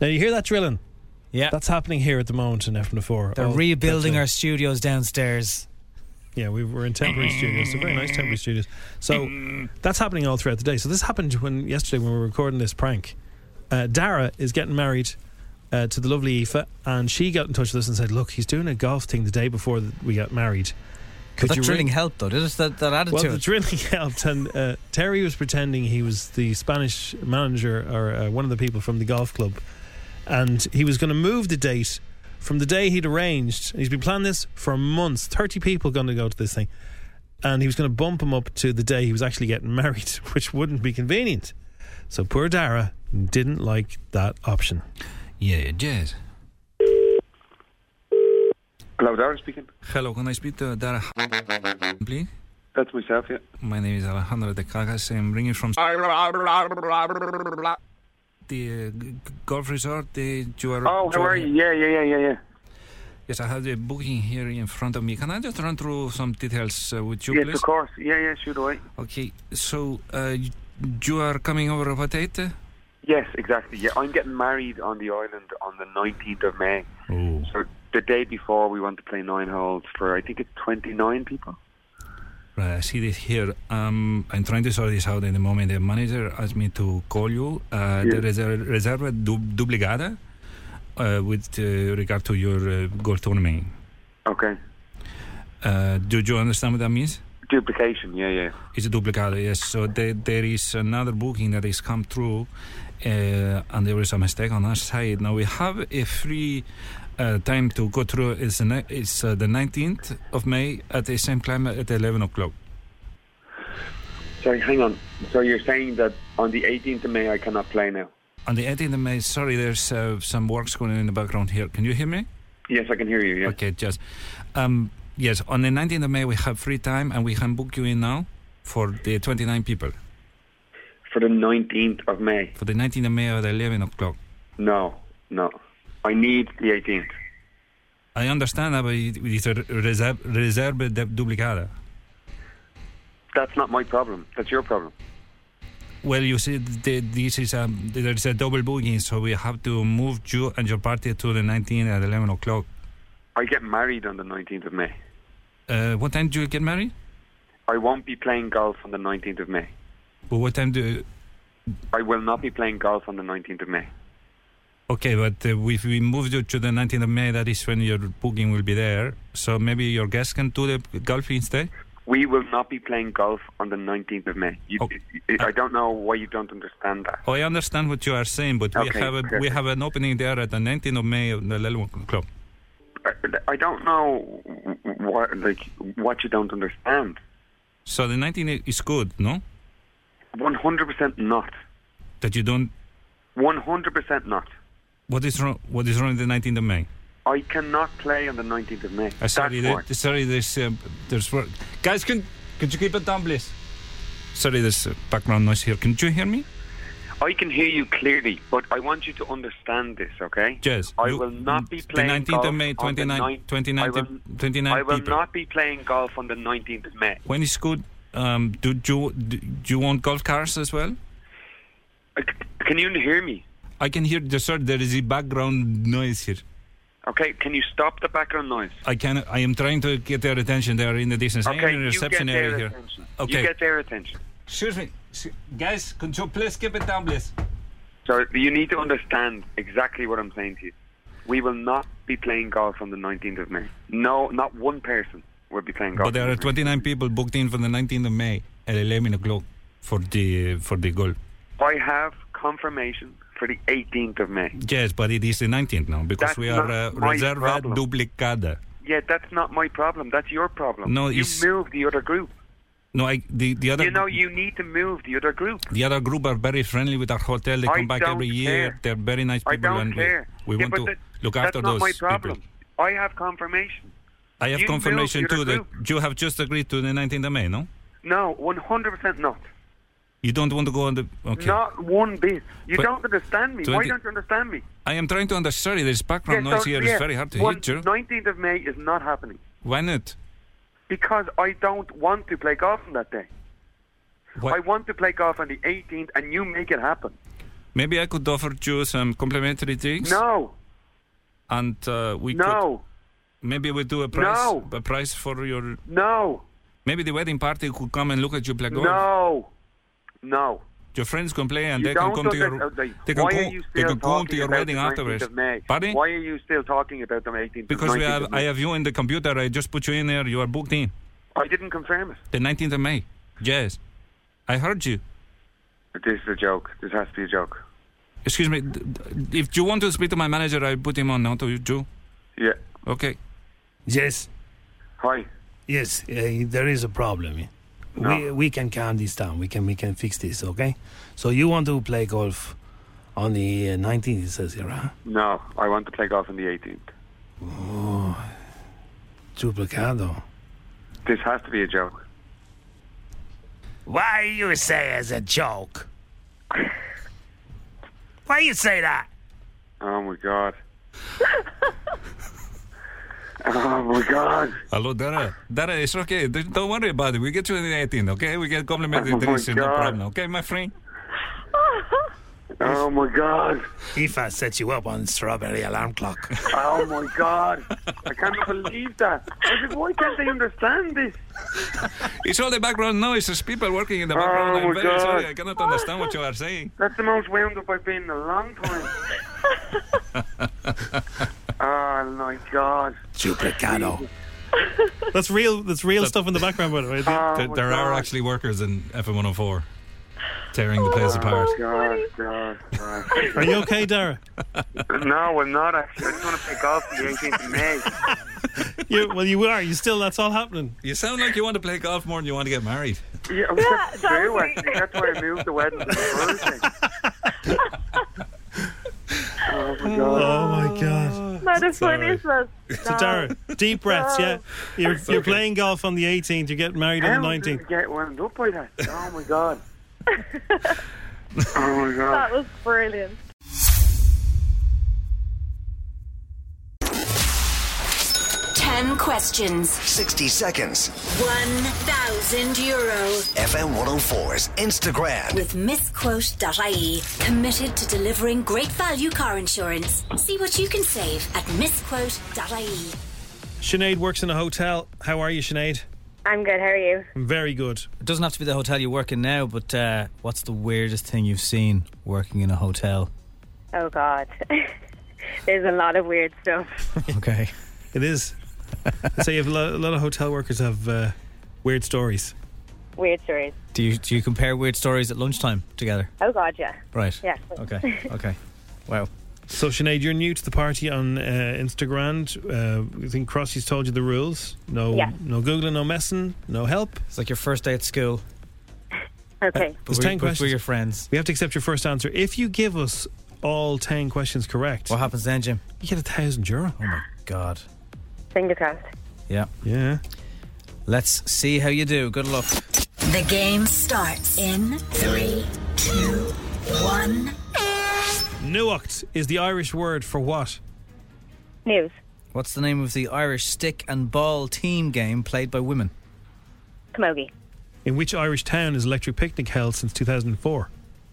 [SPEAKER 3] Now you hear that drilling?
[SPEAKER 2] Yeah.
[SPEAKER 3] That's happening here at the moment in F104.
[SPEAKER 2] They're
[SPEAKER 3] Oh,
[SPEAKER 2] rebuilding
[SPEAKER 3] that's
[SPEAKER 2] our studios downstairs.
[SPEAKER 3] it. Yeah, we were in temporary studios. They're very nice temporary studios. So that's happening all throughout the day. So this happened when yesterday when we were recording this prank. Uh, Dara is getting married uh, to the lovely Aoife, and she got in touch with us and said, "Look, he's doing a golf thing the day before that we got married.
[SPEAKER 2] Could Oh, that drilling
[SPEAKER 3] ring-
[SPEAKER 2] help though? Did it that, that added
[SPEAKER 3] well,
[SPEAKER 2] to
[SPEAKER 3] the
[SPEAKER 2] it?
[SPEAKER 3] drilling [laughs] helped, and uh, Terry was pretending he was the Spanish manager or uh, one of the people from the golf club, and he was going to move the date from the day he'd arranged. He's been planning this for months. Thirty people going to go to this thing, and he was going to bump him up to the day he was actually getting [laughs] married, which wouldn't be convenient. So poor Dara didn't like that option.
[SPEAKER 12] Yeah, it did.
[SPEAKER 13] Hello, Darren speaking.
[SPEAKER 12] Hello, can I speak to Dara, please?
[SPEAKER 13] That's myself, yeah.
[SPEAKER 12] My name is Alejandro de Cagas. I'm ringing from the uh, g- golf resort. Uh, you are,
[SPEAKER 13] Oh, how are you? Yeah, yeah, yeah, yeah, yeah.
[SPEAKER 12] Yes, I have the booking here in front of me. Can I just run through some details uh, with you,
[SPEAKER 13] yes,
[SPEAKER 12] please?
[SPEAKER 13] of course. Yeah, yeah, shoot away.
[SPEAKER 12] Okay, so uh, you- you are coming over at what date?
[SPEAKER 13] Yes, exactly. Yeah, I'm getting married on the island on the 19th of May. So the day before, we want to play nine holes for I think it's 29 people.
[SPEAKER 12] Right, I see this here. Um, I'm trying to sort this out in the moment. The manager asked me to call you. Uh, There is a reserva du- duplicada uh, with uh, regard to your uh, golf tournament.
[SPEAKER 13] Okay.
[SPEAKER 12] Uh, do you understand what that means?
[SPEAKER 13] Duplication. Yeah, yeah.
[SPEAKER 12] It's a duplicado, yes. So there, there is another booking that is come through, uh, and there is a mistake on our side. Now we have a free uh, time to go through. It's, the ni- it's uh, the 19th of May at the same time at 11 o'clock.
[SPEAKER 13] Sorry, hang on. So you're saying that on the 18th of May, I cannot play now?
[SPEAKER 12] On the 18th of May, sorry, there's uh, some works going on in the background here. Can you hear me?
[SPEAKER 13] Yes, I can hear you. Yeah.
[SPEAKER 12] Okay, just. Um, yes, on the 19th of May, we have free time and we can book you in now for the 29 people.
[SPEAKER 13] For the 19th of May?
[SPEAKER 12] For the 19th of May at 11 o'clock.
[SPEAKER 13] No, no. I need the 18th.
[SPEAKER 12] I understand that, but it- it's a reserve, reserve de- duplicada.
[SPEAKER 13] That's not my problem. That's your problem.
[SPEAKER 12] Well, you see, the, this is a, there's a double booking, so we have to move you and your party to the 19th at 11 o'clock.
[SPEAKER 13] I get married on the 19th of May.
[SPEAKER 12] Uh, what time do you get married?
[SPEAKER 13] I won't be playing golf on the 19th of May.
[SPEAKER 12] But what time do?
[SPEAKER 13] I will not be playing golf on the 19th of May.
[SPEAKER 12] Okay, but uh, if we move you to the 19th of May, that is when your booking will be there. So maybe your guests can do the golf instead.
[SPEAKER 13] We will not be playing golf on the 19th of May. You, I- I don't know why you don't understand that.
[SPEAKER 12] Oh, I understand what you are saying, but we
[SPEAKER 13] Okay,
[SPEAKER 12] have a, we
[SPEAKER 13] perfect.
[SPEAKER 12] have an opening there at the 19th of May at the 11 o'clock.
[SPEAKER 13] I don't know what, like, what you don't understand.
[SPEAKER 12] So the 19th is good, no?
[SPEAKER 13] 100% not.
[SPEAKER 12] That you don't.
[SPEAKER 13] 100% not.
[SPEAKER 12] What is wrong? What is wrong with the 19th of May?
[SPEAKER 13] I cannot play on the 19th of May.
[SPEAKER 12] Uh, sorry,
[SPEAKER 13] That's why.
[SPEAKER 12] there, sorry, there's uh, there's work. Guys, can could you keep it down, please? Sorry, there's uh, background noise here. Can you hear me?
[SPEAKER 13] I can hear you clearly, but I want you to understand this, okay?
[SPEAKER 12] Yes.
[SPEAKER 13] I
[SPEAKER 12] you-
[SPEAKER 13] will not be
[SPEAKER 12] The
[SPEAKER 13] playing
[SPEAKER 12] 19th
[SPEAKER 13] golf
[SPEAKER 12] of May,
[SPEAKER 13] on the
[SPEAKER 12] 29,
[SPEAKER 13] nine-
[SPEAKER 12] 29,
[SPEAKER 13] I will,
[SPEAKER 12] 29
[SPEAKER 13] I will
[SPEAKER 12] people.
[SPEAKER 13] not be playing golf on the 19th of May.
[SPEAKER 12] When is good? Um, do, do, do you want golf cars as well?
[SPEAKER 13] Can you hear me?
[SPEAKER 12] I can hear the sir. There is a background noise here.
[SPEAKER 13] Okay, can you stop the background noise?
[SPEAKER 12] I can. I am trying to get their attention. They are in the distance. I am
[SPEAKER 13] okay,
[SPEAKER 12] in the
[SPEAKER 13] you
[SPEAKER 12] reception
[SPEAKER 13] get their
[SPEAKER 12] area here.
[SPEAKER 13] attention.
[SPEAKER 12] Okay.
[SPEAKER 13] You get their attention.
[SPEAKER 12] Excuse me, guys. Could you please keep it down, please?
[SPEAKER 13] So you need to understand exactly what I'm saying to you. We will not be playing golf on the 19th of May. No, not one person will be playing golf.
[SPEAKER 12] But there are 29 people booked in for the 19th of May at 11 o'clock for the for the golf.
[SPEAKER 13] I have confirmation for the 18th of May.
[SPEAKER 12] Yes, but it is the 19th now because
[SPEAKER 13] That's
[SPEAKER 12] we are uh,
[SPEAKER 13] not my
[SPEAKER 12] reserva
[SPEAKER 13] problem.
[SPEAKER 12] duplicada.
[SPEAKER 13] Yeah, that's not my problem. That's your problem.
[SPEAKER 12] No,
[SPEAKER 13] you
[SPEAKER 12] it's-
[SPEAKER 13] move the other group.
[SPEAKER 12] No, I, the the other
[SPEAKER 13] You know, you need to move the other group.
[SPEAKER 12] the other group are very friendly with our hotel. They
[SPEAKER 13] I
[SPEAKER 12] come back
[SPEAKER 13] don't
[SPEAKER 12] every year.
[SPEAKER 13] care.
[SPEAKER 12] They're very nice
[SPEAKER 13] I
[SPEAKER 12] people,
[SPEAKER 13] don't
[SPEAKER 12] and we-
[SPEAKER 13] care.
[SPEAKER 12] we,
[SPEAKER 13] Yeah,
[SPEAKER 12] want
[SPEAKER 13] but
[SPEAKER 12] to
[SPEAKER 13] that-
[SPEAKER 12] look
[SPEAKER 13] that's
[SPEAKER 12] after
[SPEAKER 13] not
[SPEAKER 12] those
[SPEAKER 13] my
[SPEAKER 12] people.
[SPEAKER 13] problem. I have confirmation.
[SPEAKER 12] I have
[SPEAKER 13] You move
[SPEAKER 12] confirmation
[SPEAKER 13] the
[SPEAKER 12] too
[SPEAKER 13] other
[SPEAKER 12] that
[SPEAKER 13] group.
[SPEAKER 12] you have just agreed to the 19th of May. No,
[SPEAKER 13] No, 100% not.
[SPEAKER 12] you don't want to go on the okay.
[SPEAKER 13] Not one bit. You
[SPEAKER 12] But-
[SPEAKER 13] don't understand me. Why
[SPEAKER 12] 20
[SPEAKER 13] don't you understand me?
[SPEAKER 12] I am trying to understand. Sorry, there's background noise here. It's very hard to hear. you.
[SPEAKER 13] 19th of May is not happening
[SPEAKER 12] Why not?
[SPEAKER 13] because I don't want to play golf on that day.
[SPEAKER 12] Why-
[SPEAKER 13] I want to play golf on the 18th, and you make it happen.
[SPEAKER 12] Maybe I could offer you some complimentary drinks.
[SPEAKER 13] No,
[SPEAKER 12] And uh, we
[SPEAKER 13] No.
[SPEAKER 12] could maybe we do a price
[SPEAKER 13] No.
[SPEAKER 12] a price for your
[SPEAKER 13] no,
[SPEAKER 12] maybe the wedding party could come and look at you play golf.
[SPEAKER 13] no, no.
[SPEAKER 12] Your friends can play and
[SPEAKER 13] You
[SPEAKER 12] they can
[SPEAKER 13] don't
[SPEAKER 12] come to your
[SPEAKER 13] understand- like,
[SPEAKER 12] they can
[SPEAKER 13] why
[SPEAKER 12] go,
[SPEAKER 13] are you
[SPEAKER 12] they
[SPEAKER 13] still
[SPEAKER 12] can come to
[SPEAKER 13] talking
[SPEAKER 12] your
[SPEAKER 13] about
[SPEAKER 12] wedding
[SPEAKER 13] the 19th
[SPEAKER 12] afterwards.
[SPEAKER 13] of May?
[SPEAKER 12] Pardon?
[SPEAKER 13] Why are you still talking about the 18th?
[SPEAKER 12] Because we
[SPEAKER 13] 19th
[SPEAKER 12] have
[SPEAKER 13] of
[SPEAKER 12] I
[SPEAKER 13] May?
[SPEAKER 12] have you in the computer. I just put you in there. You are booked in
[SPEAKER 13] I didn't confirm it.
[SPEAKER 12] the 19th of May. Yes, I heard you.
[SPEAKER 13] This is a joke. This has to be a joke.
[SPEAKER 12] Excuse me. d- d- If you want to speak to my manager, I put him on now to you. Joe.
[SPEAKER 13] Yeah.
[SPEAKER 12] Okay.
[SPEAKER 14] Yes.
[SPEAKER 13] Hi.
[SPEAKER 14] Yes, uh, there is a problem. yeah. We we can calm this down. We can we can fix this. Okay. So you want to play golf on the uh, 19th? It says here, huh?
[SPEAKER 13] No, I want to play golf on the 18th.
[SPEAKER 14] Oh, duplicado.
[SPEAKER 13] This has to be a joke.
[SPEAKER 14] Why you say it's a joke? Why you say that?
[SPEAKER 13] Oh my god. oh my god.
[SPEAKER 12] Hello, Dara.
[SPEAKER 13] Ah.
[SPEAKER 12] Dara, it's okay. D- Don't worry about it. We get you in the 18, okay? We get complimentary
[SPEAKER 13] Oh my
[SPEAKER 12] drinks, no
[SPEAKER 13] God.
[SPEAKER 12] problem, okay, my friend?
[SPEAKER 13] Oh my god.
[SPEAKER 14] Aoife set you up on strawberry alarm clock.
[SPEAKER 12] [laughs]
[SPEAKER 13] Oh my god. I cannot believe that. I was like, why can't they understand this?
[SPEAKER 12] It's all the background noise. There's people working in the
[SPEAKER 13] Oh
[SPEAKER 12] background. I'm
[SPEAKER 13] my
[SPEAKER 12] very
[SPEAKER 13] God.
[SPEAKER 12] sorry. I cannot understand what you are saying.
[SPEAKER 13] That's the most wound up I've been in a long time. oh my god.
[SPEAKER 14] Duplicado.
[SPEAKER 3] That's real. That's real stuff in the background, by the way.
[SPEAKER 14] [laughs]
[SPEAKER 13] [laughs] Oh,
[SPEAKER 3] There-
[SPEAKER 13] my
[SPEAKER 3] there
[SPEAKER 12] There are actually workers in FM 104 tearing the place
[SPEAKER 13] Oh,
[SPEAKER 12] apart.
[SPEAKER 13] God, God, God.
[SPEAKER 3] Are you okay, Dara?
[SPEAKER 13] No, I'm not actually. I just want to play golf on the 18th of May.
[SPEAKER 3] You, well, you are. You still. That's all happening.
[SPEAKER 12] You sound like you want to play golf more than you want to get married.
[SPEAKER 13] Yeah, well, that's true, actually. That's why I moved the wedding to the Thursday.
[SPEAKER 15] [laughs]
[SPEAKER 13] oh, my
[SPEAKER 3] Oh
[SPEAKER 13] God.
[SPEAKER 3] my god.
[SPEAKER 15] Not the
[SPEAKER 3] Sorry.
[SPEAKER 15] funniest one.
[SPEAKER 3] So, Dara, deep breaths. Yeah, you're, you're playing golf on the 18th. You're getting married on
[SPEAKER 13] How
[SPEAKER 3] the
[SPEAKER 13] did you
[SPEAKER 3] 19th.
[SPEAKER 13] get wound up by that? Oh, my God.
[SPEAKER 3] [laughs]
[SPEAKER 13] oh, my God.
[SPEAKER 15] That was brilliant.
[SPEAKER 7] Ten questions.
[SPEAKER 1] 60 seconds.
[SPEAKER 7] 1,000 euro.
[SPEAKER 1] FM 104's Instagram.
[SPEAKER 7] With misquote.ie, committed to delivering great value car insurance. See what you can save at misquote.ie.
[SPEAKER 3] Sinead works in a hotel. How are you, Sinead?
[SPEAKER 15] I'm good. How are you?
[SPEAKER 3] Very good.
[SPEAKER 2] It doesn't have to be the hotel you work in now, but uh, what's the weirdest thing you've seen working in
[SPEAKER 13] [laughs]
[SPEAKER 2] a hotel?
[SPEAKER 15] Oh God, [laughs] there's a lot of weird stuff.
[SPEAKER 2] Okay.
[SPEAKER 3] It is. [laughs] I say you have a lot, a lot of hotel workers have uh, weird stories.
[SPEAKER 15] Weird stories.
[SPEAKER 2] Do you do you compare weird stories at lunchtime together?
[SPEAKER 13] Uh,
[SPEAKER 15] Oh God, yeah.
[SPEAKER 2] Right.
[SPEAKER 15] Yeah.
[SPEAKER 2] Okay.
[SPEAKER 13] [laughs]
[SPEAKER 2] Okay. Wow.
[SPEAKER 3] So, Sinead, you're new to the party on uh, Instagram. Uh, I think Crossy's told you the rules. No,
[SPEAKER 15] Yeah.
[SPEAKER 3] no googling, no messing, no help.
[SPEAKER 2] It's like your first day at school.
[SPEAKER 15] [laughs] okay.
[SPEAKER 3] There's
[SPEAKER 2] we-
[SPEAKER 3] ten
[SPEAKER 2] but we're
[SPEAKER 3] questions.
[SPEAKER 2] your friends.
[SPEAKER 3] We have to accept your first answer. If you give us all ten questions correct, what
[SPEAKER 2] happens then, Jim?
[SPEAKER 3] You get a thousand euro. Oh my
[SPEAKER 2] God.
[SPEAKER 15] Fingers crossed.
[SPEAKER 2] Yeah.
[SPEAKER 3] Yeah.
[SPEAKER 2] Let's see how you do. Good luck.
[SPEAKER 7] The game starts in three, two, one.
[SPEAKER 3] Nuacht is the Irish word for what?
[SPEAKER 15] News.
[SPEAKER 2] What's the name of the Irish stick and ball team game played by women?
[SPEAKER 15] Camogie.
[SPEAKER 3] In which Irish town is Electric Picnic held since 2004?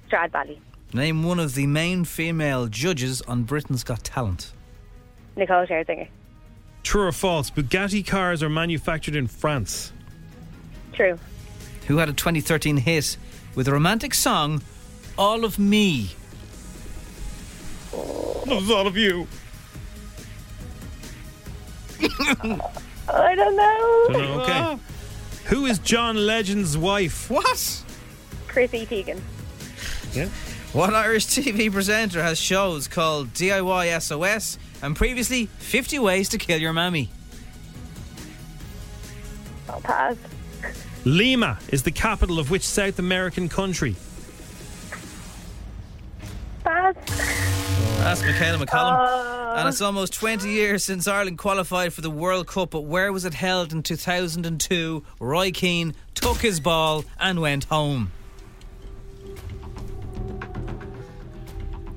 [SPEAKER 15] Strad Valley.
[SPEAKER 2] Name one of the main female judges on Britain's Got Talent.
[SPEAKER 15] Nicole Scherzinger.
[SPEAKER 3] True or false? Bugatti cars are manufactured in France.
[SPEAKER 15] True.
[SPEAKER 2] Who had a 2013 hit with the romantic song All of Me?
[SPEAKER 3] Loves all of you.
[SPEAKER 15] I don't know.
[SPEAKER 3] Dunno, okay. Who is John Legend's wife?
[SPEAKER 2] What?
[SPEAKER 15] Chrissy E. Teigen.
[SPEAKER 3] Yeah.
[SPEAKER 2] What Irish TV presenter has shows called DIY SOS and previously 50 Ways to Kill Your Mammy?
[SPEAKER 15] I'll pass.
[SPEAKER 3] Lima is the capital of which South American country?
[SPEAKER 15] Pass.
[SPEAKER 2] That's Michaela McCallum.
[SPEAKER 3] Ah.
[SPEAKER 2] and it's almost 20 years since Ireland qualified for the World Cup, but where was it held in 2002? Roy Keane took his ball and went home.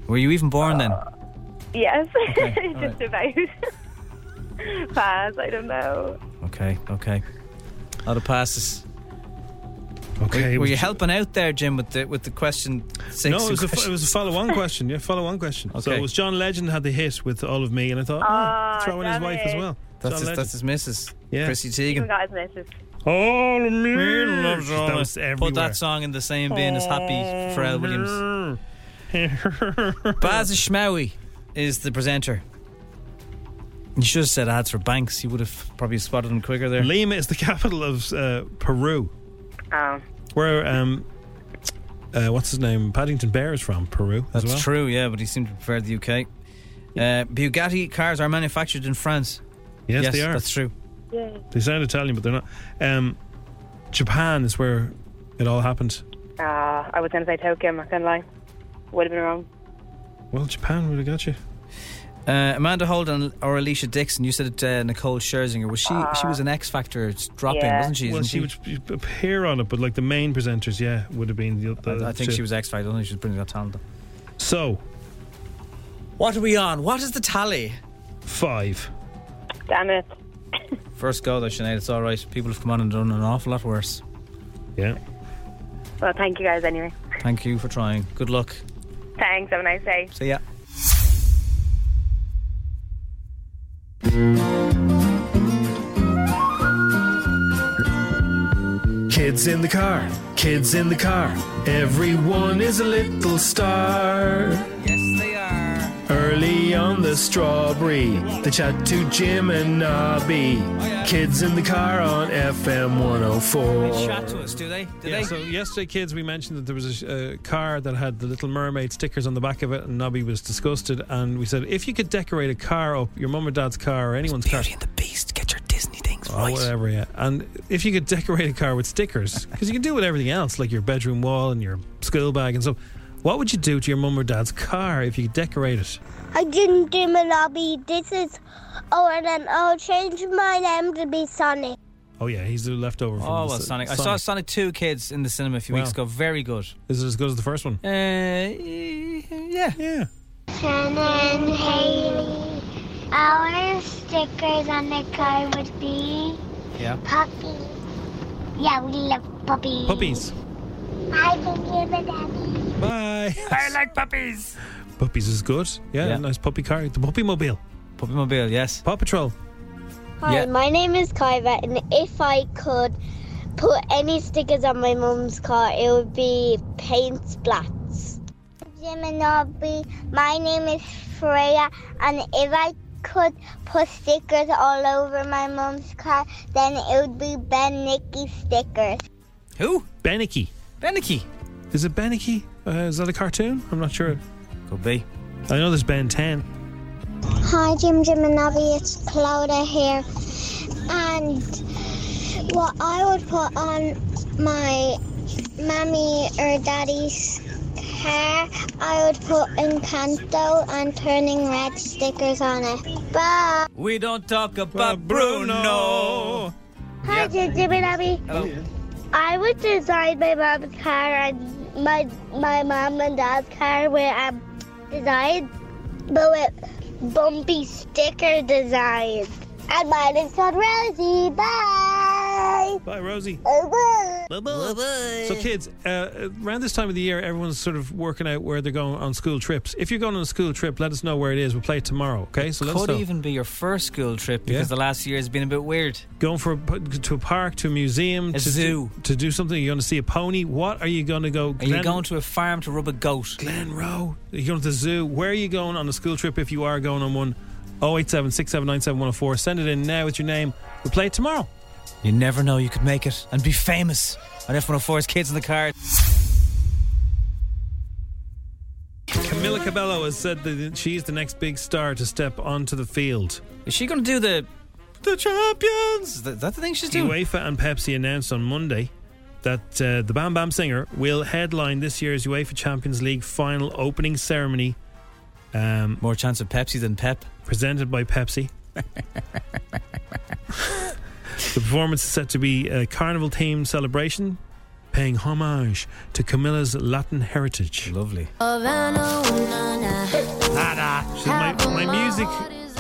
[SPEAKER 2] Were you even
[SPEAKER 3] [laughs]
[SPEAKER 2] born then?
[SPEAKER 15] Yes. [laughs] Uh,
[SPEAKER 2] Okay,
[SPEAKER 15] Just about. pass. I don't know.
[SPEAKER 2] Okay, okay. A lot of passes.
[SPEAKER 3] Okay.
[SPEAKER 2] Were, were
[SPEAKER 3] it
[SPEAKER 2] you
[SPEAKER 3] was-
[SPEAKER 2] helping out there, Jim, with the with the question six?
[SPEAKER 3] no, it
[SPEAKER 2] and [laughs]
[SPEAKER 3] was, a, fo-
[SPEAKER 2] question-
[SPEAKER 3] it was a follow-on question. Yeah, follow-on question. So
[SPEAKER 2] Okay.
[SPEAKER 3] it was John Legend had the hit with all of me, and I thought, oh,
[SPEAKER 15] Oh,
[SPEAKER 3] throw in his
[SPEAKER 15] damn
[SPEAKER 3] wife as
[SPEAKER 15] it.
[SPEAKER 3] well.
[SPEAKER 2] That's
[SPEAKER 3] John
[SPEAKER 2] his, that's his missus,
[SPEAKER 3] Yeah.
[SPEAKER 2] Chrissy
[SPEAKER 15] Even
[SPEAKER 2] Teigen.
[SPEAKER 15] got his message.
[SPEAKER 3] All of me
[SPEAKER 2] loves all
[SPEAKER 3] That
[SPEAKER 2] of-
[SPEAKER 3] was everywhere.
[SPEAKER 2] Put that song in the same bin as Happy
[SPEAKER 3] [laughs]
[SPEAKER 2] Pharrell Williams. Baz Schmawi is the presenter. You should have said ads for banks. You would have probably spotted him quicker there.
[SPEAKER 3] Lima is the [laughs] capital of uh, Peru,
[SPEAKER 15] Oh.
[SPEAKER 3] where um, uh, what's his name? Paddington Bear is from Peru. as
[SPEAKER 2] That's
[SPEAKER 3] well.
[SPEAKER 2] true, yeah, but he seemed to prefer the UK. Uh, Bugatti cars are manufactured in France.
[SPEAKER 3] Yes, they are.
[SPEAKER 2] That's true.
[SPEAKER 15] Yay.
[SPEAKER 3] They sound Italian, but they're not. Um, Japan is where it all happened.
[SPEAKER 15] Uh, I was going to say Tokyo, I'm not going to lie. Would have been wrong.
[SPEAKER 3] Well, Japan would have got you.
[SPEAKER 2] Uh, Amanda Holden or Alicia Dixon. You said uh, Nicole Scherzinger. Was she? she was an X Factor drop in,
[SPEAKER 15] yeah.
[SPEAKER 2] wasn't she?
[SPEAKER 3] well,
[SPEAKER 2] Isn't
[SPEAKER 3] she would appear on it, but like the main presenters, yeah, would have been the. the
[SPEAKER 2] I, I think
[SPEAKER 3] two.
[SPEAKER 2] she was X Factor. I don't think she was Britain's Got Talent.
[SPEAKER 3] So
[SPEAKER 2] What are we on? What is the tally?
[SPEAKER 3] five.
[SPEAKER 15] Damn it.
[SPEAKER 2] First go though, Sinead. It's all right. People have come on and done an awful lot worse.
[SPEAKER 3] Yeah.
[SPEAKER 15] Well, thank you guys anyway.
[SPEAKER 2] Thank you for trying. Good luck.
[SPEAKER 15] Thanks. Have a nice day.
[SPEAKER 2] See ya.
[SPEAKER 16] Kids in the car, kids in the car. Everyone is a little star.
[SPEAKER 2] Yes, they are.
[SPEAKER 16] Early on the strawberry, they chat to Jim and Nobby.
[SPEAKER 2] Oh,
[SPEAKER 16] Kids in the car on FM 104.
[SPEAKER 2] Chat to us, do they? Do
[SPEAKER 3] yeah,
[SPEAKER 2] they?
[SPEAKER 3] so yesterday, kids, we mentioned that there was a uh, car that had the Little Mermaid stickers on the back of it, and Nobby was disgusted. And we said, if you could decorate a car up, your mum or dad's car or anyone's
[SPEAKER 2] [laughs]
[SPEAKER 3] car,
[SPEAKER 2] the Beast, get your Disney things
[SPEAKER 3] or whatever, Oh, yeah. And if you could decorate a car with stickers, because you can do it with everything else, like your bedroom wall and your school bag and stuff, what would you do to your mum or dad's car if you could decorate it?
[SPEAKER 17] I didn't do Monopoly. This is. Oh, and then I'll change my name to be Sonic.
[SPEAKER 3] Oh yeah, he's the leftover. From
[SPEAKER 2] Oh
[SPEAKER 3] the
[SPEAKER 2] well,
[SPEAKER 3] s-
[SPEAKER 2] Sonic. I saw Sonic Two Kids in the cinema a few
[SPEAKER 3] Wow.
[SPEAKER 2] weeks ago. Very good.
[SPEAKER 3] Is it as good as the first one?
[SPEAKER 2] Uh, yeah.
[SPEAKER 3] Yeah.
[SPEAKER 17] Shannon and Haley. Our stickers on the car would be
[SPEAKER 2] Yeah.
[SPEAKER 17] puppy. Yeah, we love puppies.
[SPEAKER 3] Puppies.
[SPEAKER 17] I think you're the daddy.
[SPEAKER 2] [laughs]
[SPEAKER 3] Bye. I
[SPEAKER 2] like puppies.
[SPEAKER 3] Puppies is good. Yeah,
[SPEAKER 2] Yeah.
[SPEAKER 3] nice puppy car. The puppy mobile.
[SPEAKER 2] Puppy mobile. Yes.
[SPEAKER 3] Paw Patrol.
[SPEAKER 17] Hi,
[SPEAKER 2] Yeah.
[SPEAKER 17] my name is Kyra, and if I could put any stickers on my mum's car, it would be paint splats. Jim and Nobby, my name is Freya, and if I could put stickers all over my mum's car, then it would be Ben Nicky stickers.
[SPEAKER 2] Who?
[SPEAKER 3] Benicky.
[SPEAKER 2] Benicky.
[SPEAKER 3] Is it Benicky? Uh, is that a cartoon? I'm not sure.
[SPEAKER 2] Could be.
[SPEAKER 3] I know there's Ben 10.
[SPEAKER 17] Hi, Jim Jim and Abby, it's Clouda here. And what I would put on my mommy or daddy's hair, I would put Encanto and Turning Red stickers on it. Bye.
[SPEAKER 2] We don't talk about Bruno.
[SPEAKER 17] Hi, Jim Jim and Abby.
[SPEAKER 2] Hello.
[SPEAKER 17] I would design my mom's car and my my mom and dad's car where I'm designed, but with bumpy sticker design. And mine is called Rosie. Bye.
[SPEAKER 3] Bye, Rosie.
[SPEAKER 17] Bye.
[SPEAKER 3] So, kids, uh, around this time of the year, everyone's sort of working out where they're going on school trips. If you're going on a school trip, let us know where it is. We'll play it tomorrow, okay? So, let us
[SPEAKER 2] Could
[SPEAKER 3] know.
[SPEAKER 2] even be your first school trip because
[SPEAKER 3] Yeah.
[SPEAKER 2] the last year has been a bit weird.
[SPEAKER 3] Going for a, to a park, to a museum,
[SPEAKER 2] A
[SPEAKER 3] to do,
[SPEAKER 2] zoo.
[SPEAKER 3] to do something. You're going to see a pony. What are you going to go?
[SPEAKER 2] Are you going to a farm to rub a goat?
[SPEAKER 3] Glen Row. You're going to the zoo. Where are you going on a school trip if you are going on one? 087 Send it in now with your name. We'll play it tomorrow.
[SPEAKER 2] You never know, you could make it and be famous on F104's Kids in the Car.
[SPEAKER 3] Camilla Cabello has said that she's the next big star to step onto the field.
[SPEAKER 2] Is she going to do the the champions? Is that, that the thing she's doing?
[SPEAKER 3] UEFA and Pepsi announced on Monday that uh, the Bam Bam singer will headline this year's UEFA Champions League final opening ceremony. Um,
[SPEAKER 2] More chance of Pepsi than Pep.
[SPEAKER 3] Presented by Pepsi. the performance is set to be a carnival themed celebration paying homage to Camilla's Latin heritage.
[SPEAKER 2] Lovely.
[SPEAKER 3] She said, my, my music,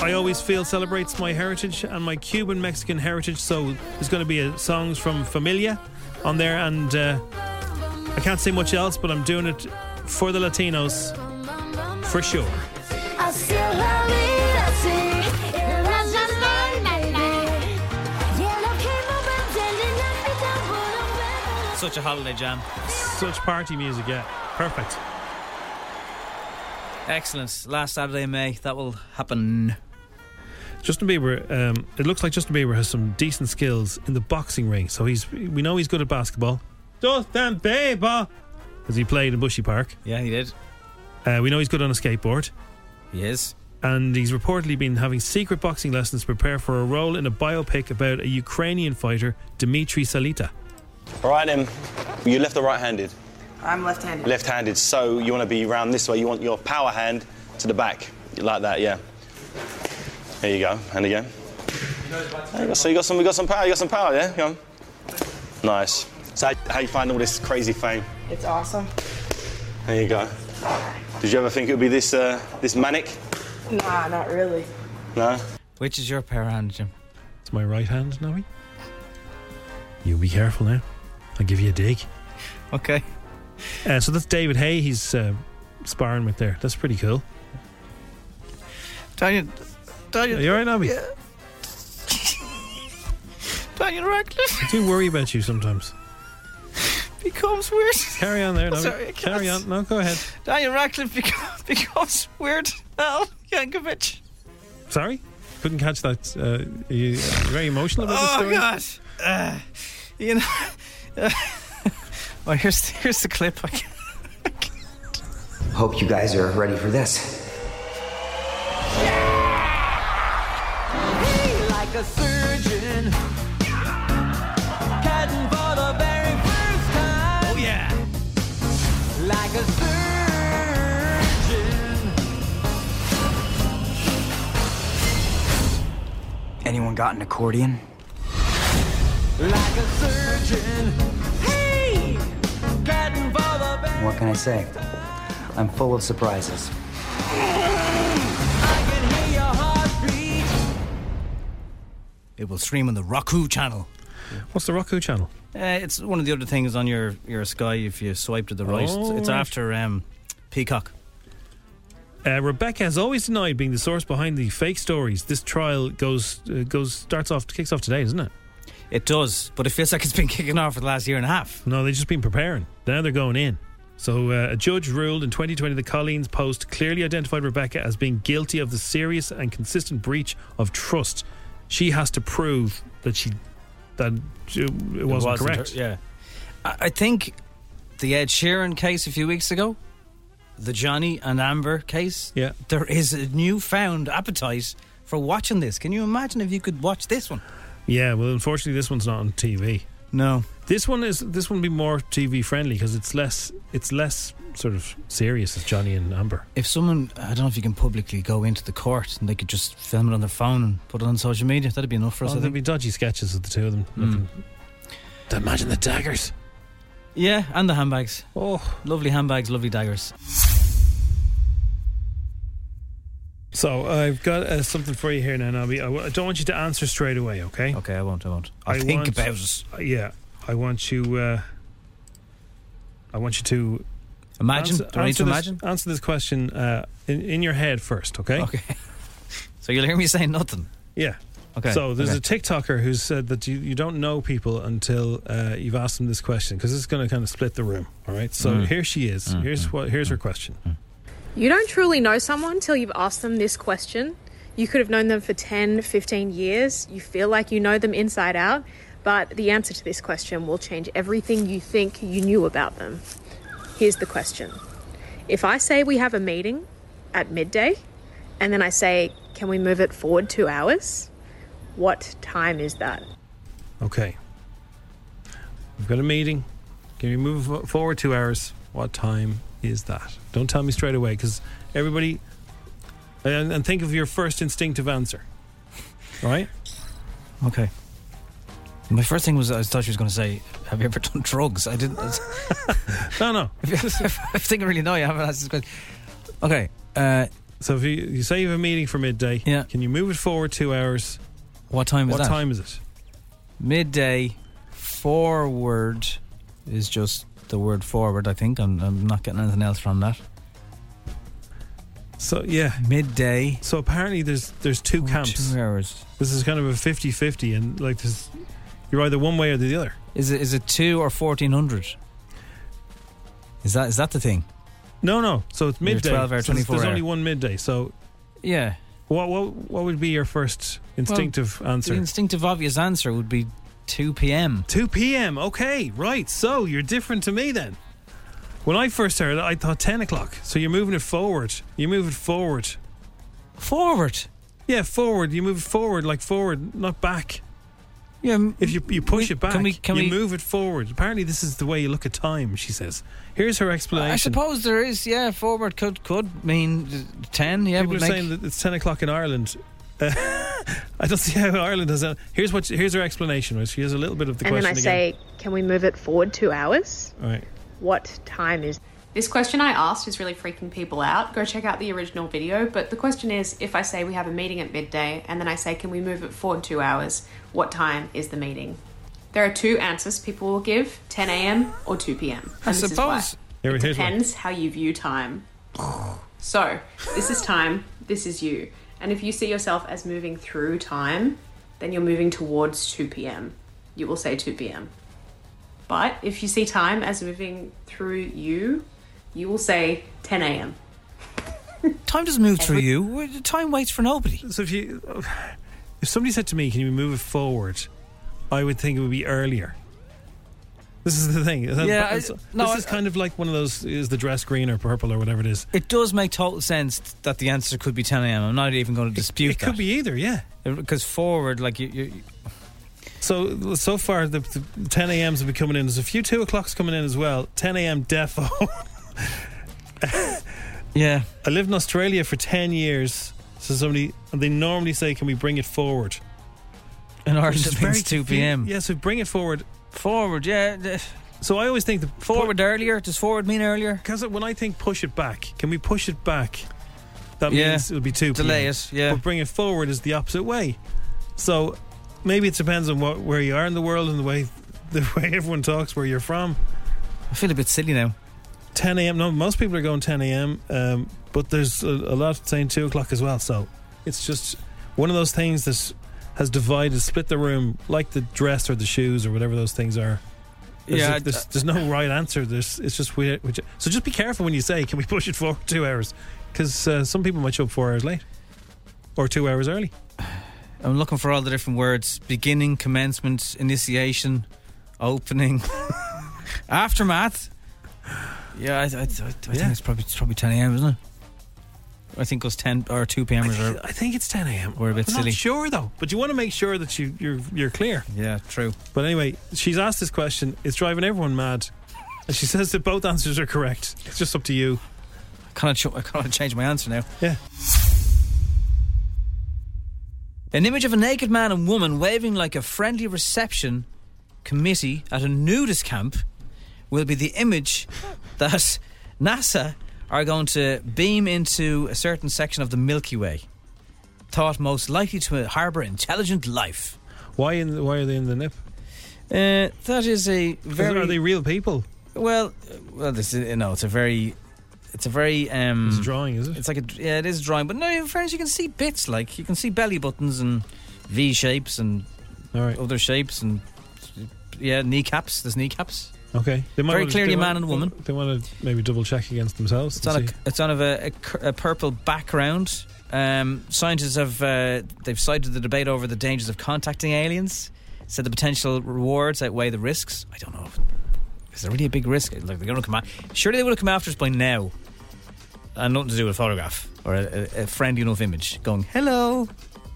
[SPEAKER 3] I always feel, celebrates my heritage and my Cuban Mexican heritage. So there's going to be a, songs from Familia on there, and uh, I can't say much else, but I'm doing it for the Latinos for sure.
[SPEAKER 2] Such a holiday jam.
[SPEAKER 3] Such party music, yeah, perfect.
[SPEAKER 2] Excellent. Last Saturday in May, that will happen.
[SPEAKER 3] Justin Bieber, um, it looks like Justin Bieber has some decent skills in the boxing ring. So he's, we know he's good at basketball. Justin Bieber, as he played in Bushy Park.
[SPEAKER 2] Yeah, he did.
[SPEAKER 3] Uh, we know he's good on a skateboard.
[SPEAKER 2] He is.
[SPEAKER 3] and he's reportedly been having secret boxing lessons to prepare for a role in a biopic about a Ukrainian fighter, Dmitry Salita.
[SPEAKER 18] All right, then. You left or right handed?
[SPEAKER 19] I'm left-handed.
[SPEAKER 18] Left handed. So you want to be round this way. You want your power hand to the back. Like that, yeah. There you go. And again. There you go. So you got some, we got some power. You got some power, yeah? Go on. Nice. So how, how you find all this crazy fame?
[SPEAKER 19] It's awesome.
[SPEAKER 18] There you go. Did you ever think it would be this uh, this manic?
[SPEAKER 19] Nah, not really.
[SPEAKER 18] No.
[SPEAKER 2] Which is your pair hand, Jim?
[SPEAKER 3] It's my right hand, Noe. You be careful now. I'll give you a dig.
[SPEAKER 2] Okay.
[SPEAKER 3] Uh, so that's David Hay. He's uh, sparring with there. That's pretty cool.
[SPEAKER 2] Daniel, Daniel,
[SPEAKER 3] Are you all right, Nobby?
[SPEAKER 2] Yeah. Daniel Radcliffe
[SPEAKER 3] I do worry about you sometimes.
[SPEAKER 2] becomes weird.
[SPEAKER 3] Carry on there, Nobby.
[SPEAKER 2] Sorry, I can't.
[SPEAKER 3] Carry on. No, go ahead.
[SPEAKER 2] Daniel Radcliffe becomes, [laughs] becomes weird. Oh, Al Yankovic.
[SPEAKER 3] Sorry, couldn't catch that. Uh, are you are you very emotional about
[SPEAKER 2] Oh
[SPEAKER 3] this story?
[SPEAKER 2] gosh, uh, you know. [laughs] Uh, well, here's here's the clip. I can
[SPEAKER 9] Hope you guys are ready for this.
[SPEAKER 20] like a surgeon. Cutting for the very first time. Oh, yeah. Like a surgeon.
[SPEAKER 6] Anyone got an accordion?
[SPEAKER 20] Like a surgeon. Hey! Cutting for the very
[SPEAKER 6] What can I say? I'm full of surprises.
[SPEAKER 20] I can hear your heartbeat.
[SPEAKER 2] It will stream on the Roku channel.
[SPEAKER 3] What's the Roku channel?
[SPEAKER 2] Uh, it's one of the other things on your, your Sky if you swipe to the right. It's- it's
[SPEAKER 3] Oh.
[SPEAKER 2] after um, Peacock.
[SPEAKER 3] Uh, Rebecca has always denied being the source behind the fake stories. This trial goes uh, goes starts off kicks off today, doesn't it?
[SPEAKER 2] It does, but it feels like it's been kicking off for the last year and a half.
[SPEAKER 3] No, they've just been preparing. Now they're going in. So uh, a judge ruled in 2020 that Colleen's post clearly identified Rebecca as being guilty of the serious and consistent breach of trust. She has to prove that she that it wasn't, correct.
[SPEAKER 2] her- yeah. I, I think the Ed Sheeran case a few weeks ago, the Johnny and Amber case,
[SPEAKER 3] yeah.
[SPEAKER 2] there is a newfound appetite for watching this. Can you imagine if you could watch this one?
[SPEAKER 3] Yeah, well, unfortunately, this one's not on TV.
[SPEAKER 2] No,
[SPEAKER 3] this one is. This one would be more TV friendly because it's less. It's less sort of serious as Johnny and Amber.
[SPEAKER 2] If someone, I don't know if you can publicly go into the court and they could just film it on their phone and put it on social media, that'd be enough for us,
[SPEAKER 3] Oh, Hmm.
[SPEAKER 2] I
[SPEAKER 3] there'd
[SPEAKER 2] think.
[SPEAKER 3] be dodgy sketches of the two of them.
[SPEAKER 2] Mm.
[SPEAKER 3] Imagine the daggers.
[SPEAKER 2] Yeah, and the handbags. Oh, lovely handbags, lovely daggers.
[SPEAKER 3] So I've got uh, something for you here now, Nobby. I, w- I don't want you to answer straight away, okay?
[SPEAKER 2] Okay, I won't. I won't. I'll think
[SPEAKER 3] want-
[SPEAKER 2] about it.
[SPEAKER 3] uh, Yeah, I want you. Uh, I want you to
[SPEAKER 2] Imagine?
[SPEAKER 3] Answer,
[SPEAKER 2] Do I need to
[SPEAKER 3] answer this-
[SPEAKER 2] imagine?
[SPEAKER 3] Answer this question uh, in in your head first, okay?
[SPEAKER 2] Okay. [laughs] So you'll hear me say nothing.
[SPEAKER 3] Yeah.
[SPEAKER 2] Okay.
[SPEAKER 3] So there's
[SPEAKER 2] okay.
[SPEAKER 3] a TikToker who said that you, you don't know people until uh, you've asked them this question because it's going to kind of split the room. All right. So
[SPEAKER 2] Mm.
[SPEAKER 3] here she is.
[SPEAKER 2] Mm,
[SPEAKER 3] Here's what. Here's her question.
[SPEAKER 21] You don't truly know someone till you've asked them this question. You could have known them for 10, 15 years. You feel like you know them inside out, but the answer to this question will change everything you think you knew about them. Here's the question If I say we have a meeting at midday, and then I say, can we move it forward two hours? What time is that?
[SPEAKER 3] Okay. We've got a meeting. Can we move fo- forward two hours? What time is that? Don't tell me straight away because everybody. And, and think of your first instinctive answer. All right.
[SPEAKER 2] Okay. My first thing was I thought she was going to say, "Have you ever done drugs?" I didn't. [laughs]
[SPEAKER 3] no, no.
[SPEAKER 2] I think I really know you haven't asked this question. Okay. Uh,
[SPEAKER 3] so if you, you say you have a meeting for midday, yeah. Can you move it forward two hours?
[SPEAKER 2] What time is
[SPEAKER 3] What
[SPEAKER 2] that?
[SPEAKER 3] time is it?
[SPEAKER 2] midday forward is just the word forward i think i'm, I'm not getting anything else from that
[SPEAKER 3] so yeah
[SPEAKER 2] midday
[SPEAKER 3] so apparently there's there's two camps.
[SPEAKER 2] Oh, two hours
[SPEAKER 3] This is kind of a 50-50 and like this, you're either one way or the other.
[SPEAKER 2] is it is it two or 1400 is that is that the thing
[SPEAKER 3] No, no. So it's
[SPEAKER 2] Your
[SPEAKER 3] midday.
[SPEAKER 2] 12 hour,
[SPEAKER 3] So there's-
[SPEAKER 2] 24
[SPEAKER 3] There's
[SPEAKER 2] hour.
[SPEAKER 3] only one midday. So
[SPEAKER 2] yeah
[SPEAKER 3] what what what would be your first instinctive
[SPEAKER 2] Well,
[SPEAKER 3] answer?
[SPEAKER 2] the instinctive obvious answer would be 2 p.m
[SPEAKER 3] 2 p.m. Okay, right. So you're different to me then. When I first heard it, I thought 10 o'clock. So you're moving it forward. You move it forward.
[SPEAKER 2] Forward?
[SPEAKER 3] Yeah, forward. You move it forward, like forward, not back.
[SPEAKER 2] Yeah.
[SPEAKER 3] If you, you push
[SPEAKER 2] we-
[SPEAKER 3] it back,
[SPEAKER 2] can we- can
[SPEAKER 3] you
[SPEAKER 2] we-
[SPEAKER 3] move it forward. Apparently, this is the way you look at time, she says. Here's her explanation.
[SPEAKER 2] I suppose there is, yeah. Forward could could mean ten. Yeah,
[SPEAKER 3] People are
[SPEAKER 2] would make-
[SPEAKER 3] saying that it's ten o'clock in Ireland. [laughs] Uh, I don't see how Ireland has. that. Here's what. Here's her explanation. Right? Here's a little bit of the
[SPEAKER 21] and then I
[SPEAKER 3] question
[SPEAKER 21] say, can we move it forward two hours?
[SPEAKER 3] again. All right.
[SPEAKER 21] What time is
[SPEAKER 22] This question I asked is really freaking people out. Go check out the original video. But the question is if I say we have a meeting at midday and then I say, can we move it forward two hours? What time is the meeting? There are two answers people will give 10 a.m. or 2 p.m.
[SPEAKER 2] I
[SPEAKER 22] And this is why.
[SPEAKER 2] suppose-
[SPEAKER 3] Here-
[SPEAKER 22] It
[SPEAKER 3] here's one.
[SPEAKER 22] depends how you view time. So, this is time, this is you. And if you see yourself as moving through time, then you're moving towards 2 p.m. You will say 2 p.m. But if you see time as moving through you, you will say 10 a.m.
[SPEAKER 2] Time doesn't move through you. Well, Time waits for nobody.
[SPEAKER 3] So if you, if somebody said to me, "Can you move it forward?" I would think it would be earlier. This is the thing.
[SPEAKER 2] Yeah, I-
[SPEAKER 3] This
[SPEAKER 2] no,
[SPEAKER 3] is
[SPEAKER 2] I-
[SPEAKER 3] kind of like one of those. Is the dress green or purple or whatever it is?
[SPEAKER 2] It does make total sense that the answer could be 10 a.m. I'm not even going to dispute
[SPEAKER 3] it could be either, yeah.
[SPEAKER 2] Because forward, like you. you
[SPEAKER 3] So so far, the, the 10 a.m.s have been coming in. There's a few two o'clocks coming in as well. 10 a.m. defo. [laughs]
[SPEAKER 2] yeah.
[SPEAKER 3] I lived in Australia for 10 years. So somebody and they normally say, "Can we bring it forward?"
[SPEAKER 2] And ours
[SPEAKER 3] Which is
[SPEAKER 2] means
[SPEAKER 3] very
[SPEAKER 2] 2
[SPEAKER 3] confu-
[SPEAKER 2] p.m..
[SPEAKER 3] Yeah, so bring it forward.
[SPEAKER 2] Forward, yeah.
[SPEAKER 3] So I always think the
[SPEAKER 2] forward earlier. Does forward mean earlier?
[SPEAKER 3] Because when I think push it back, can we push it back? That
[SPEAKER 2] Yeah.
[SPEAKER 3] means it'll be two.
[SPEAKER 2] Delay
[SPEAKER 3] p.m.
[SPEAKER 2] it, yeah.
[SPEAKER 3] But bring it forward is the opposite way. So maybe it depends on what, where you are in the world and the way [laughs] the way everyone talks, where you're from.
[SPEAKER 2] I feel a bit silly now.
[SPEAKER 3] 10 a.m. No, most people are going 10 a.m. Um, but there's a, a lot saying two o'clock as well. So it's just one of those things that has divided, split the room, like the dress or the shoes or whatever those things are. There's,
[SPEAKER 2] Yeah, I-
[SPEAKER 3] there's, there's no right answer. There's, it's just we Which, so just be careful when you say, "Can we push it forward two hours?" Because uh, some people might show up four hours late or two hours early.
[SPEAKER 2] I'm looking for all the different words beginning, commencement, initiation, opening, [laughs] aftermath. Yeah, I, I, I, I think it's probably it's probably 10 a.m., isn't it? I think it was 10 or 2 p.m. or
[SPEAKER 3] I think it's 10 a.m.
[SPEAKER 2] We're a bit
[SPEAKER 3] I'm
[SPEAKER 2] silly.
[SPEAKER 3] Not sure though, but you want to make sure that you you're you're clear.
[SPEAKER 2] Yeah, true.
[SPEAKER 3] But anyway, she's asked this question. It's driving everyone mad, and she [laughs] says that both answers are correct. It's just up to you.
[SPEAKER 2] Can I, ch- can I change my answer now?
[SPEAKER 3] Yeah.
[SPEAKER 2] An image of a naked man and woman waving like a friendly reception committee at a nudist camp will be the image that NASA are going to beam into a certain section of the Milky Way, thought most likely to harbour intelligent life.
[SPEAKER 3] Why in why are they in the nip?
[SPEAKER 2] Uh, that is a very
[SPEAKER 3] Are they real people?
[SPEAKER 2] well, uh, well, this is, no, it's a very, it's a very. Um, it's a
[SPEAKER 3] drawing, is it?
[SPEAKER 2] It's like a yeah, it is a drawing, but no, in fairness, you can see bits like you can see belly buttons and V shapes and other shapes and yeah, kneecaps. There's kneecaps.
[SPEAKER 3] Okay,
[SPEAKER 2] Very
[SPEAKER 3] wanna-
[SPEAKER 2] clearly a man
[SPEAKER 3] wanna-
[SPEAKER 2] and a woman.
[SPEAKER 3] They want to maybe double check against themselves.
[SPEAKER 2] It's
[SPEAKER 3] and
[SPEAKER 2] on a
[SPEAKER 3] see.
[SPEAKER 2] it's on a, a, cur- a purple background. Um, scientists have uh, they've cited the debate over the dangers of contacting aliens. Said the potential rewards outweigh the risks. I don't know. Is there really a big risk? Like they're going to come out. Surely they would have come after us by now. And nothing to do with a photograph or a, a, a friendly enough image. Going hello,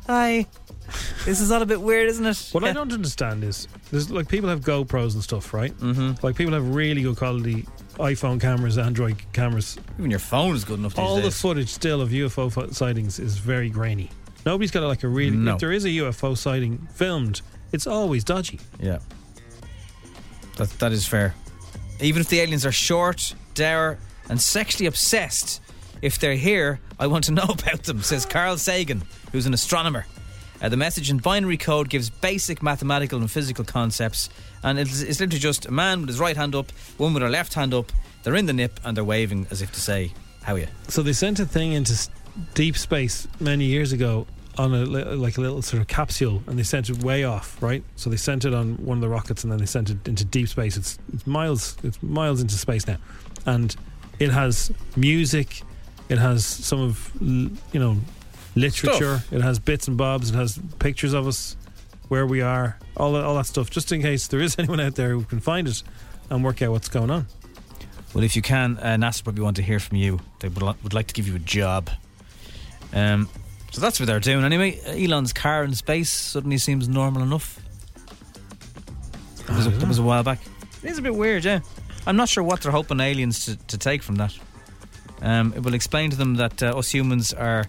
[SPEAKER 2] hi. This is all a bit weird, isn't it?
[SPEAKER 3] What I don't understand is there's like people have GoPros and stuff, right? Mm-hmm. Like people have really good quality iPhone cameras, Android cameras.
[SPEAKER 2] Even your phone is good enough. These
[SPEAKER 3] All the
[SPEAKER 2] days.
[SPEAKER 3] footage still of UFO fo- sightings is very grainy. Nobody's got like a really.
[SPEAKER 2] No.
[SPEAKER 3] If there is a UFO sighting filmed, it's always dodgy.
[SPEAKER 2] Yeah. That that is fair. Even if the aliens are short, dour, and sexually obsessed, if they're here, I want to know [laughs] about them, says Carl Sagan, who's an astronomer. Uh, the message in binary code gives basic mathematical and physical concepts, and it's, it's literally just a man with his right hand up, one with her left hand up, they're in the nip, and they're waving as if to say, How are you?
[SPEAKER 3] So they sent a thing into s- deep space many years ago on a li- like a little sort of capsule, and they sent it way off, right? So they sent it on one of the rockets, and then they sent it into deep space. It's, it's miles, it's miles into space now, and it has music, it has some of l- you know literature,
[SPEAKER 2] Stuff.
[SPEAKER 3] it has bits and bobs, it has pictures of us, where we are, all that, all that stuff, just in case there is [laughs] anyone out there who can find it and work out what's going on.
[SPEAKER 2] Well, if you can, uh, NASA probably want to hear from you. They would, li- would like to give you a job. Um, so that's what they're doing anyway. Elon's car in space suddenly seems normal enough. That was a, that was a while back. It is a bit weird, yeah. I'm not sure what they're hoping aliens to, to take from that. Um, it will explain to them that uh, us humans are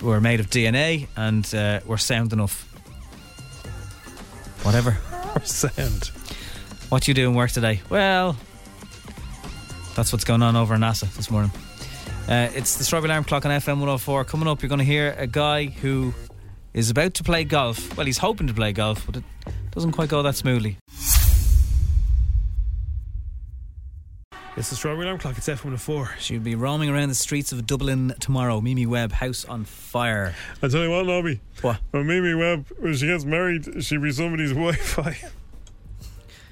[SPEAKER 2] we're made of DNA and uh, we're sound enough. Whatever.
[SPEAKER 3] Or [laughs] sound.
[SPEAKER 2] What you doing work today? Well, that's what's going on over in NASA this morning. Uh, it's the Strawberry Alarm Clock on FM 104. Coming up, you're going to hear a guy who is about to play golf. Well, he's hoping to play golf, but it doesn't quite go that smoothly.
[SPEAKER 3] It's the Strawberry Alarm Clock. It's F104.
[SPEAKER 2] She'll be roaming around the streets of Dublin tomorrow. Mimi Webb, house on fire.
[SPEAKER 3] I tell you what, Nobby.
[SPEAKER 2] What?
[SPEAKER 3] When Mimi Webb, when she gets married, she'll be somebody's [laughs] Wi-Fi.
[SPEAKER 2] [laughs]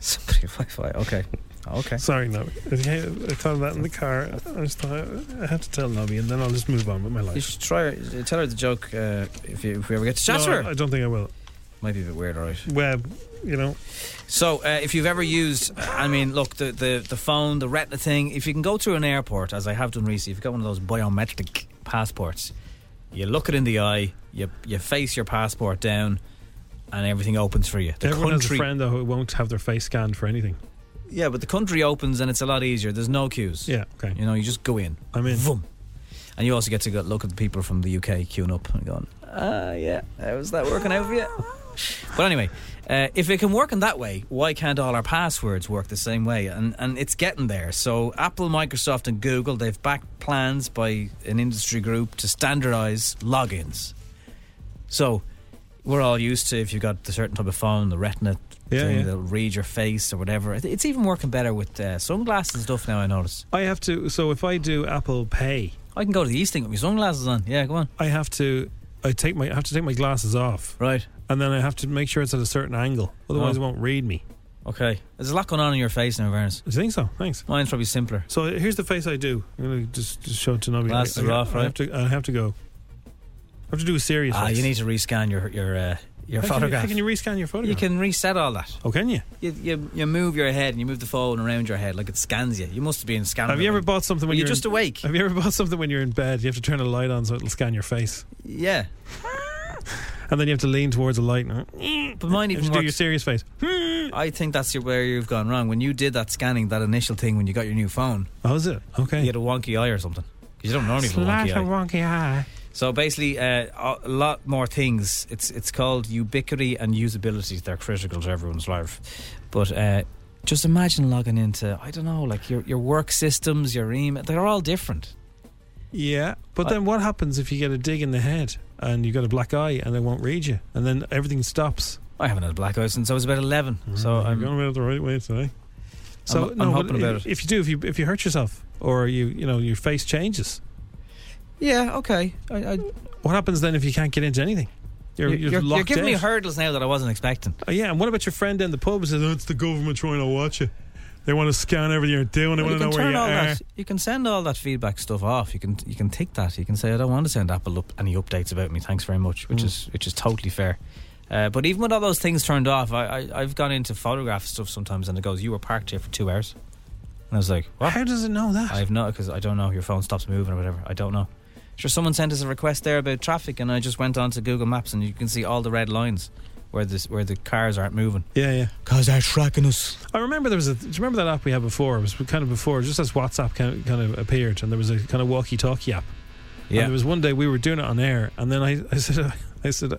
[SPEAKER 2] Somebody Wi-Fi. Okay. Okay.
[SPEAKER 3] Sorry, Nobby. I think I I thought of that in the car. I just thought I had to tell Nobby, and then I'll just move on with my
[SPEAKER 2] You
[SPEAKER 3] life.
[SPEAKER 2] should try. her- Tell her the joke uh, if, you, if we ever get to chat
[SPEAKER 3] No,
[SPEAKER 2] to her.
[SPEAKER 3] I don't think I will.
[SPEAKER 2] Might be a bit weird, all right.
[SPEAKER 3] Web, you know.
[SPEAKER 2] So, uh, if you've ever used, I mean, look, the, the, the phone, the retina thing, if you can go to an airport, as I have done recently, if you've got one of those biometric passports, you look it in the eye, you, you face your passport down, and everything opens for you. The
[SPEAKER 3] Everyone has a
[SPEAKER 2] country,
[SPEAKER 3] friend though who won't have their face scanned for anything.
[SPEAKER 2] yeah, but the country opens and it's a lot easier. There's no queues.
[SPEAKER 3] Yeah, okay.
[SPEAKER 2] You know, you just go in. I'm in. Vroom. And you also get to go look at the people from the UK queuing up and going, Ah, yeah. How's that working out for you? But anyway, uh, if it can work in that way, why can't all our passwords work the same way? And and it's getting there. So Apple, Microsoft, and Google they've backed plans by an industry group to standardise logins. So we're all used to if you've got the certain type of phone, the Retina
[SPEAKER 3] Yeah,
[SPEAKER 2] thing
[SPEAKER 3] yeah.
[SPEAKER 2] that'll read your face or whatever. It- It's even working better with uh, sunglasses and stuff now. I notice.
[SPEAKER 3] I have to. So if I do Apple Pay,
[SPEAKER 2] I can go to the East thing with my sunglasses on. Yeah, go on.
[SPEAKER 3] I have to. I take my. I have to take my glasses off.
[SPEAKER 2] Right.
[SPEAKER 3] And then I have to make sure it's at a certain angle. Otherwise,
[SPEAKER 2] Oh.
[SPEAKER 3] it won't read me.
[SPEAKER 2] Okay, there's a lot going on in your face now, Vernus.
[SPEAKER 3] You think so? Thanks.
[SPEAKER 2] Mine's probably simpler.
[SPEAKER 3] So here's the face I do. I'm gonna just, just show it to Nobby.
[SPEAKER 2] Glasses
[SPEAKER 3] I,
[SPEAKER 2] are
[SPEAKER 3] I,
[SPEAKER 2] off,
[SPEAKER 3] I
[SPEAKER 2] right?
[SPEAKER 3] have to. I have to go. I have to do a serious.
[SPEAKER 2] Ah,
[SPEAKER 3] face.
[SPEAKER 2] you need to rescan your your uh, your
[SPEAKER 3] How can you-
[SPEAKER 2] photograph.
[SPEAKER 3] how can you rescan your photograph?
[SPEAKER 2] You can reset all that.
[SPEAKER 3] Oh, can you?
[SPEAKER 2] You, you you move your head and you move the phone around your head like it scans you. You must have been scanning.
[SPEAKER 3] Have you ever bought something when
[SPEAKER 2] Well,
[SPEAKER 3] you're,
[SPEAKER 2] you're just
[SPEAKER 3] in-
[SPEAKER 2] awake.
[SPEAKER 3] Have you ever bought something when you're in bed? You have to turn a light on so it'll scan your face,
[SPEAKER 2] Yeah,
[SPEAKER 3] and then you have to lean towards a light. and-
[SPEAKER 2] but mine
[SPEAKER 3] You have
[SPEAKER 2] even
[SPEAKER 3] to do your
[SPEAKER 2] works.
[SPEAKER 3] serious face.
[SPEAKER 2] Hmm? I think that's your, where you've gone wrong. When you did that scanning, that initial thing when you got your new phone,
[SPEAKER 3] Oh, is it? Okay.
[SPEAKER 2] you had a wonky eye or something. 'Cause You don't normally have a
[SPEAKER 3] Slight
[SPEAKER 2] wonky
[SPEAKER 3] of
[SPEAKER 2] eye.
[SPEAKER 3] wonky eye.
[SPEAKER 2] So basically, uh, a lot more things. It's it's called ubiquity and usability. They're critical to everyone's life. But uh, just imagine logging into I don't know, like your your work systems, your email. They're all different.
[SPEAKER 3] Yeah, but
[SPEAKER 2] Uh,
[SPEAKER 3] then what happens if you get a dig in the head and you got a black eye and they won't read you, and then everything stops?
[SPEAKER 2] I haven't had a black eye since I was about eleven. so I'm
[SPEAKER 3] going about it the right way today. So
[SPEAKER 2] I'm
[SPEAKER 3] no, but
[SPEAKER 2] hoping about
[SPEAKER 3] if,
[SPEAKER 2] it.
[SPEAKER 3] If you do, if you if you hurt yourself or you you know your face changes,
[SPEAKER 2] yeah okay. I, I,
[SPEAKER 3] what happens then if you can't get into anything? You're,
[SPEAKER 2] you're,
[SPEAKER 3] you're,
[SPEAKER 2] you're- you're
[SPEAKER 3] locked
[SPEAKER 2] giving me
[SPEAKER 3] out.
[SPEAKER 2] hurdles now that I wasn't expecting.
[SPEAKER 3] Oh, yeah, and what about your friend in the pub who says, oh, it's the government trying to watch you? They want to scan everything you're doing. They
[SPEAKER 2] Well,
[SPEAKER 3] want to know where you
[SPEAKER 2] all
[SPEAKER 3] are.
[SPEAKER 2] that. You can send all that feedback stuff off. You can you can tick that. You can say I don't want to send Apple up any updates about me. Thanks very much, which
[SPEAKER 3] Mm.
[SPEAKER 2] is which is totally fair. Uh, but even with all those things turned off, I, I I've gone into photograph stuff sometimes, and it goes, "You were parked here for two hours," and I was like, "What?
[SPEAKER 3] How does it know that?"
[SPEAKER 2] I've not because I don't know. Your phone stops moving or whatever. I don't know. Sure, someone sent us a request there about traffic, and I just went onto Google Maps, and you can see all the red lines where this where the cars aren't moving.
[SPEAKER 3] Yeah, yeah.
[SPEAKER 2] Cause they're tracking us.
[SPEAKER 3] I remember there was a. Do you remember that app we had before? It was kind of before, just as WhatsApp kind of, kind of appeared, and there was a kind of walkie-talkie app.
[SPEAKER 2] Yeah.
[SPEAKER 3] And there was one day we were doing it on air, and then I, I said, I said,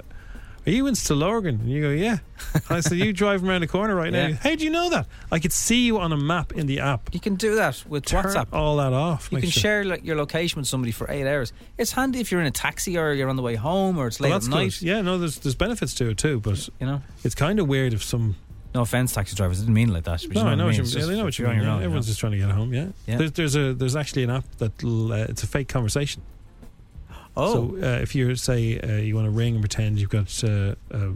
[SPEAKER 3] are you in Stillorgan? And you go, yeah. And I said,
[SPEAKER 2] [laughs]
[SPEAKER 3] you driving around the corner right now.
[SPEAKER 2] Yeah.
[SPEAKER 3] How do you know that? I could see you on a map in the app.
[SPEAKER 2] You can do that with
[SPEAKER 3] Turn
[SPEAKER 2] WhatsApp.
[SPEAKER 3] all that off.
[SPEAKER 2] You
[SPEAKER 3] Make
[SPEAKER 2] can
[SPEAKER 3] sure-
[SPEAKER 2] share like your location with somebody for eight hours. It's handy if you're in a taxi or you're on the way home or it's
[SPEAKER 3] Well,
[SPEAKER 2] late
[SPEAKER 3] that's
[SPEAKER 2] at night.
[SPEAKER 3] good. Yeah, no, there's there's benefits to it too, but
[SPEAKER 2] You know,
[SPEAKER 3] it's kind of weird if some.
[SPEAKER 2] No offense, taxi drivers. I didn't mean it like that. But
[SPEAKER 3] No,
[SPEAKER 2] you know
[SPEAKER 3] I know what
[SPEAKER 2] what I mean.
[SPEAKER 3] you
[SPEAKER 2] It's
[SPEAKER 3] mean. Yeah,
[SPEAKER 2] just
[SPEAKER 3] they know
[SPEAKER 2] if
[SPEAKER 3] what you
[SPEAKER 2] you're on
[SPEAKER 3] mean.
[SPEAKER 2] your
[SPEAKER 3] Yeah,
[SPEAKER 2] own, you
[SPEAKER 3] Everyone's
[SPEAKER 2] know.
[SPEAKER 3] just trying to get home. Yeah,
[SPEAKER 2] Yeah.
[SPEAKER 3] There's, there's a there's actually an app that uh, it's a fake conversation.
[SPEAKER 2] Oh.
[SPEAKER 3] so uh, if you say uh, you want to ring and pretend you've got uh, uh,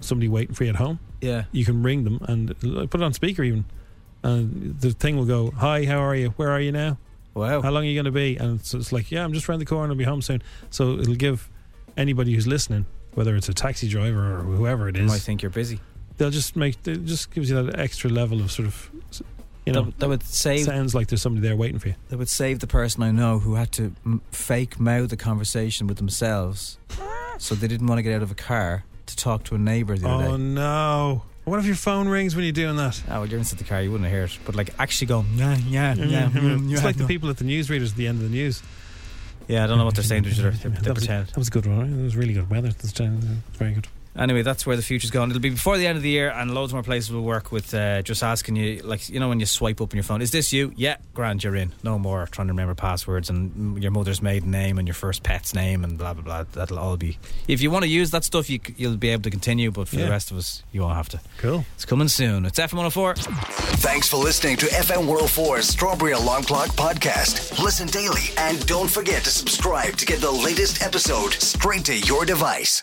[SPEAKER 3] somebody waiting for you at home,
[SPEAKER 2] Yeah.
[SPEAKER 3] you can ring them and l- put it on speaker even, and the thing will go, "Hi, how are you? Where are you now?
[SPEAKER 2] Wow,
[SPEAKER 3] how long are you going to be?" And it's, it's like, "Yeah, I'm just around the corner. I'll be home soon." So it'll give anybody who's listening, whether it's a taxi driver or whoever it
[SPEAKER 2] They might
[SPEAKER 3] is,
[SPEAKER 2] think you're busy.
[SPEAKER 3] they'll just make it just gives you that extra level of sort of you know
[SPEAKER 2] That- that would save-
[SPEAKER 3] sounds like there's somebody there waiting for you
[SPEAKER 2] That would save the person I know who had to m- fake mouth the conversation with themselves, so they didn't want to get out of a car to talk to a neighbour the other
[SPEAKER 3] oh
[SPEAKER 2] day.
[SPEAKER 3] no what if your phone rings when you're doing that
[SPEAKER 2] Oh, well, you're inside the car, you wouldn't hear it. But like actually go, yeah, yeah, yeah. mm,
[SPEAKER 3] Mm-hmm. it's
[SPEAKER 2] yeah,
[SPEAKER 3] like the
[SPEAKER 2] no."
[SPEAKER 3] people at the newsreaders at the end of the news [laughs]
[SPEAKER 2] Yeah, I don't know what they're saying to each other. They, they
[SPEAKER 3] that was,
[SPEAKER 2] pretend.
[SPEAKER 3] that was a good one right? it was really good weather this time very good
[SPEAKER 2] Anyway, that's where the future's gone. It'll be before the end of the year, and loads more places will work with uh, just asking you, like, you know, when you swipe up on your phone, is this you? Yeah, grand, you're in. No more trying to remember passwords and mm, your mother's maiden name and your first pet's name and blah, blah, blah. That'll all be. If you want to use that stuff, you, c- you'll be able to continue, but for
[SPEAKER 1] Yeah.
[SPEAKER 2] the rest of us, you won't have to.
[SPEAKER 3] Cool.
[SPEAKER 2] It's coming soon. It's FM104.
[SPEAKER 1] Thanks for listening to FM 104's Strawberry Alarm Clock podcast. Listen daily and don't forget to subscribe to get the latest episode straight to your device.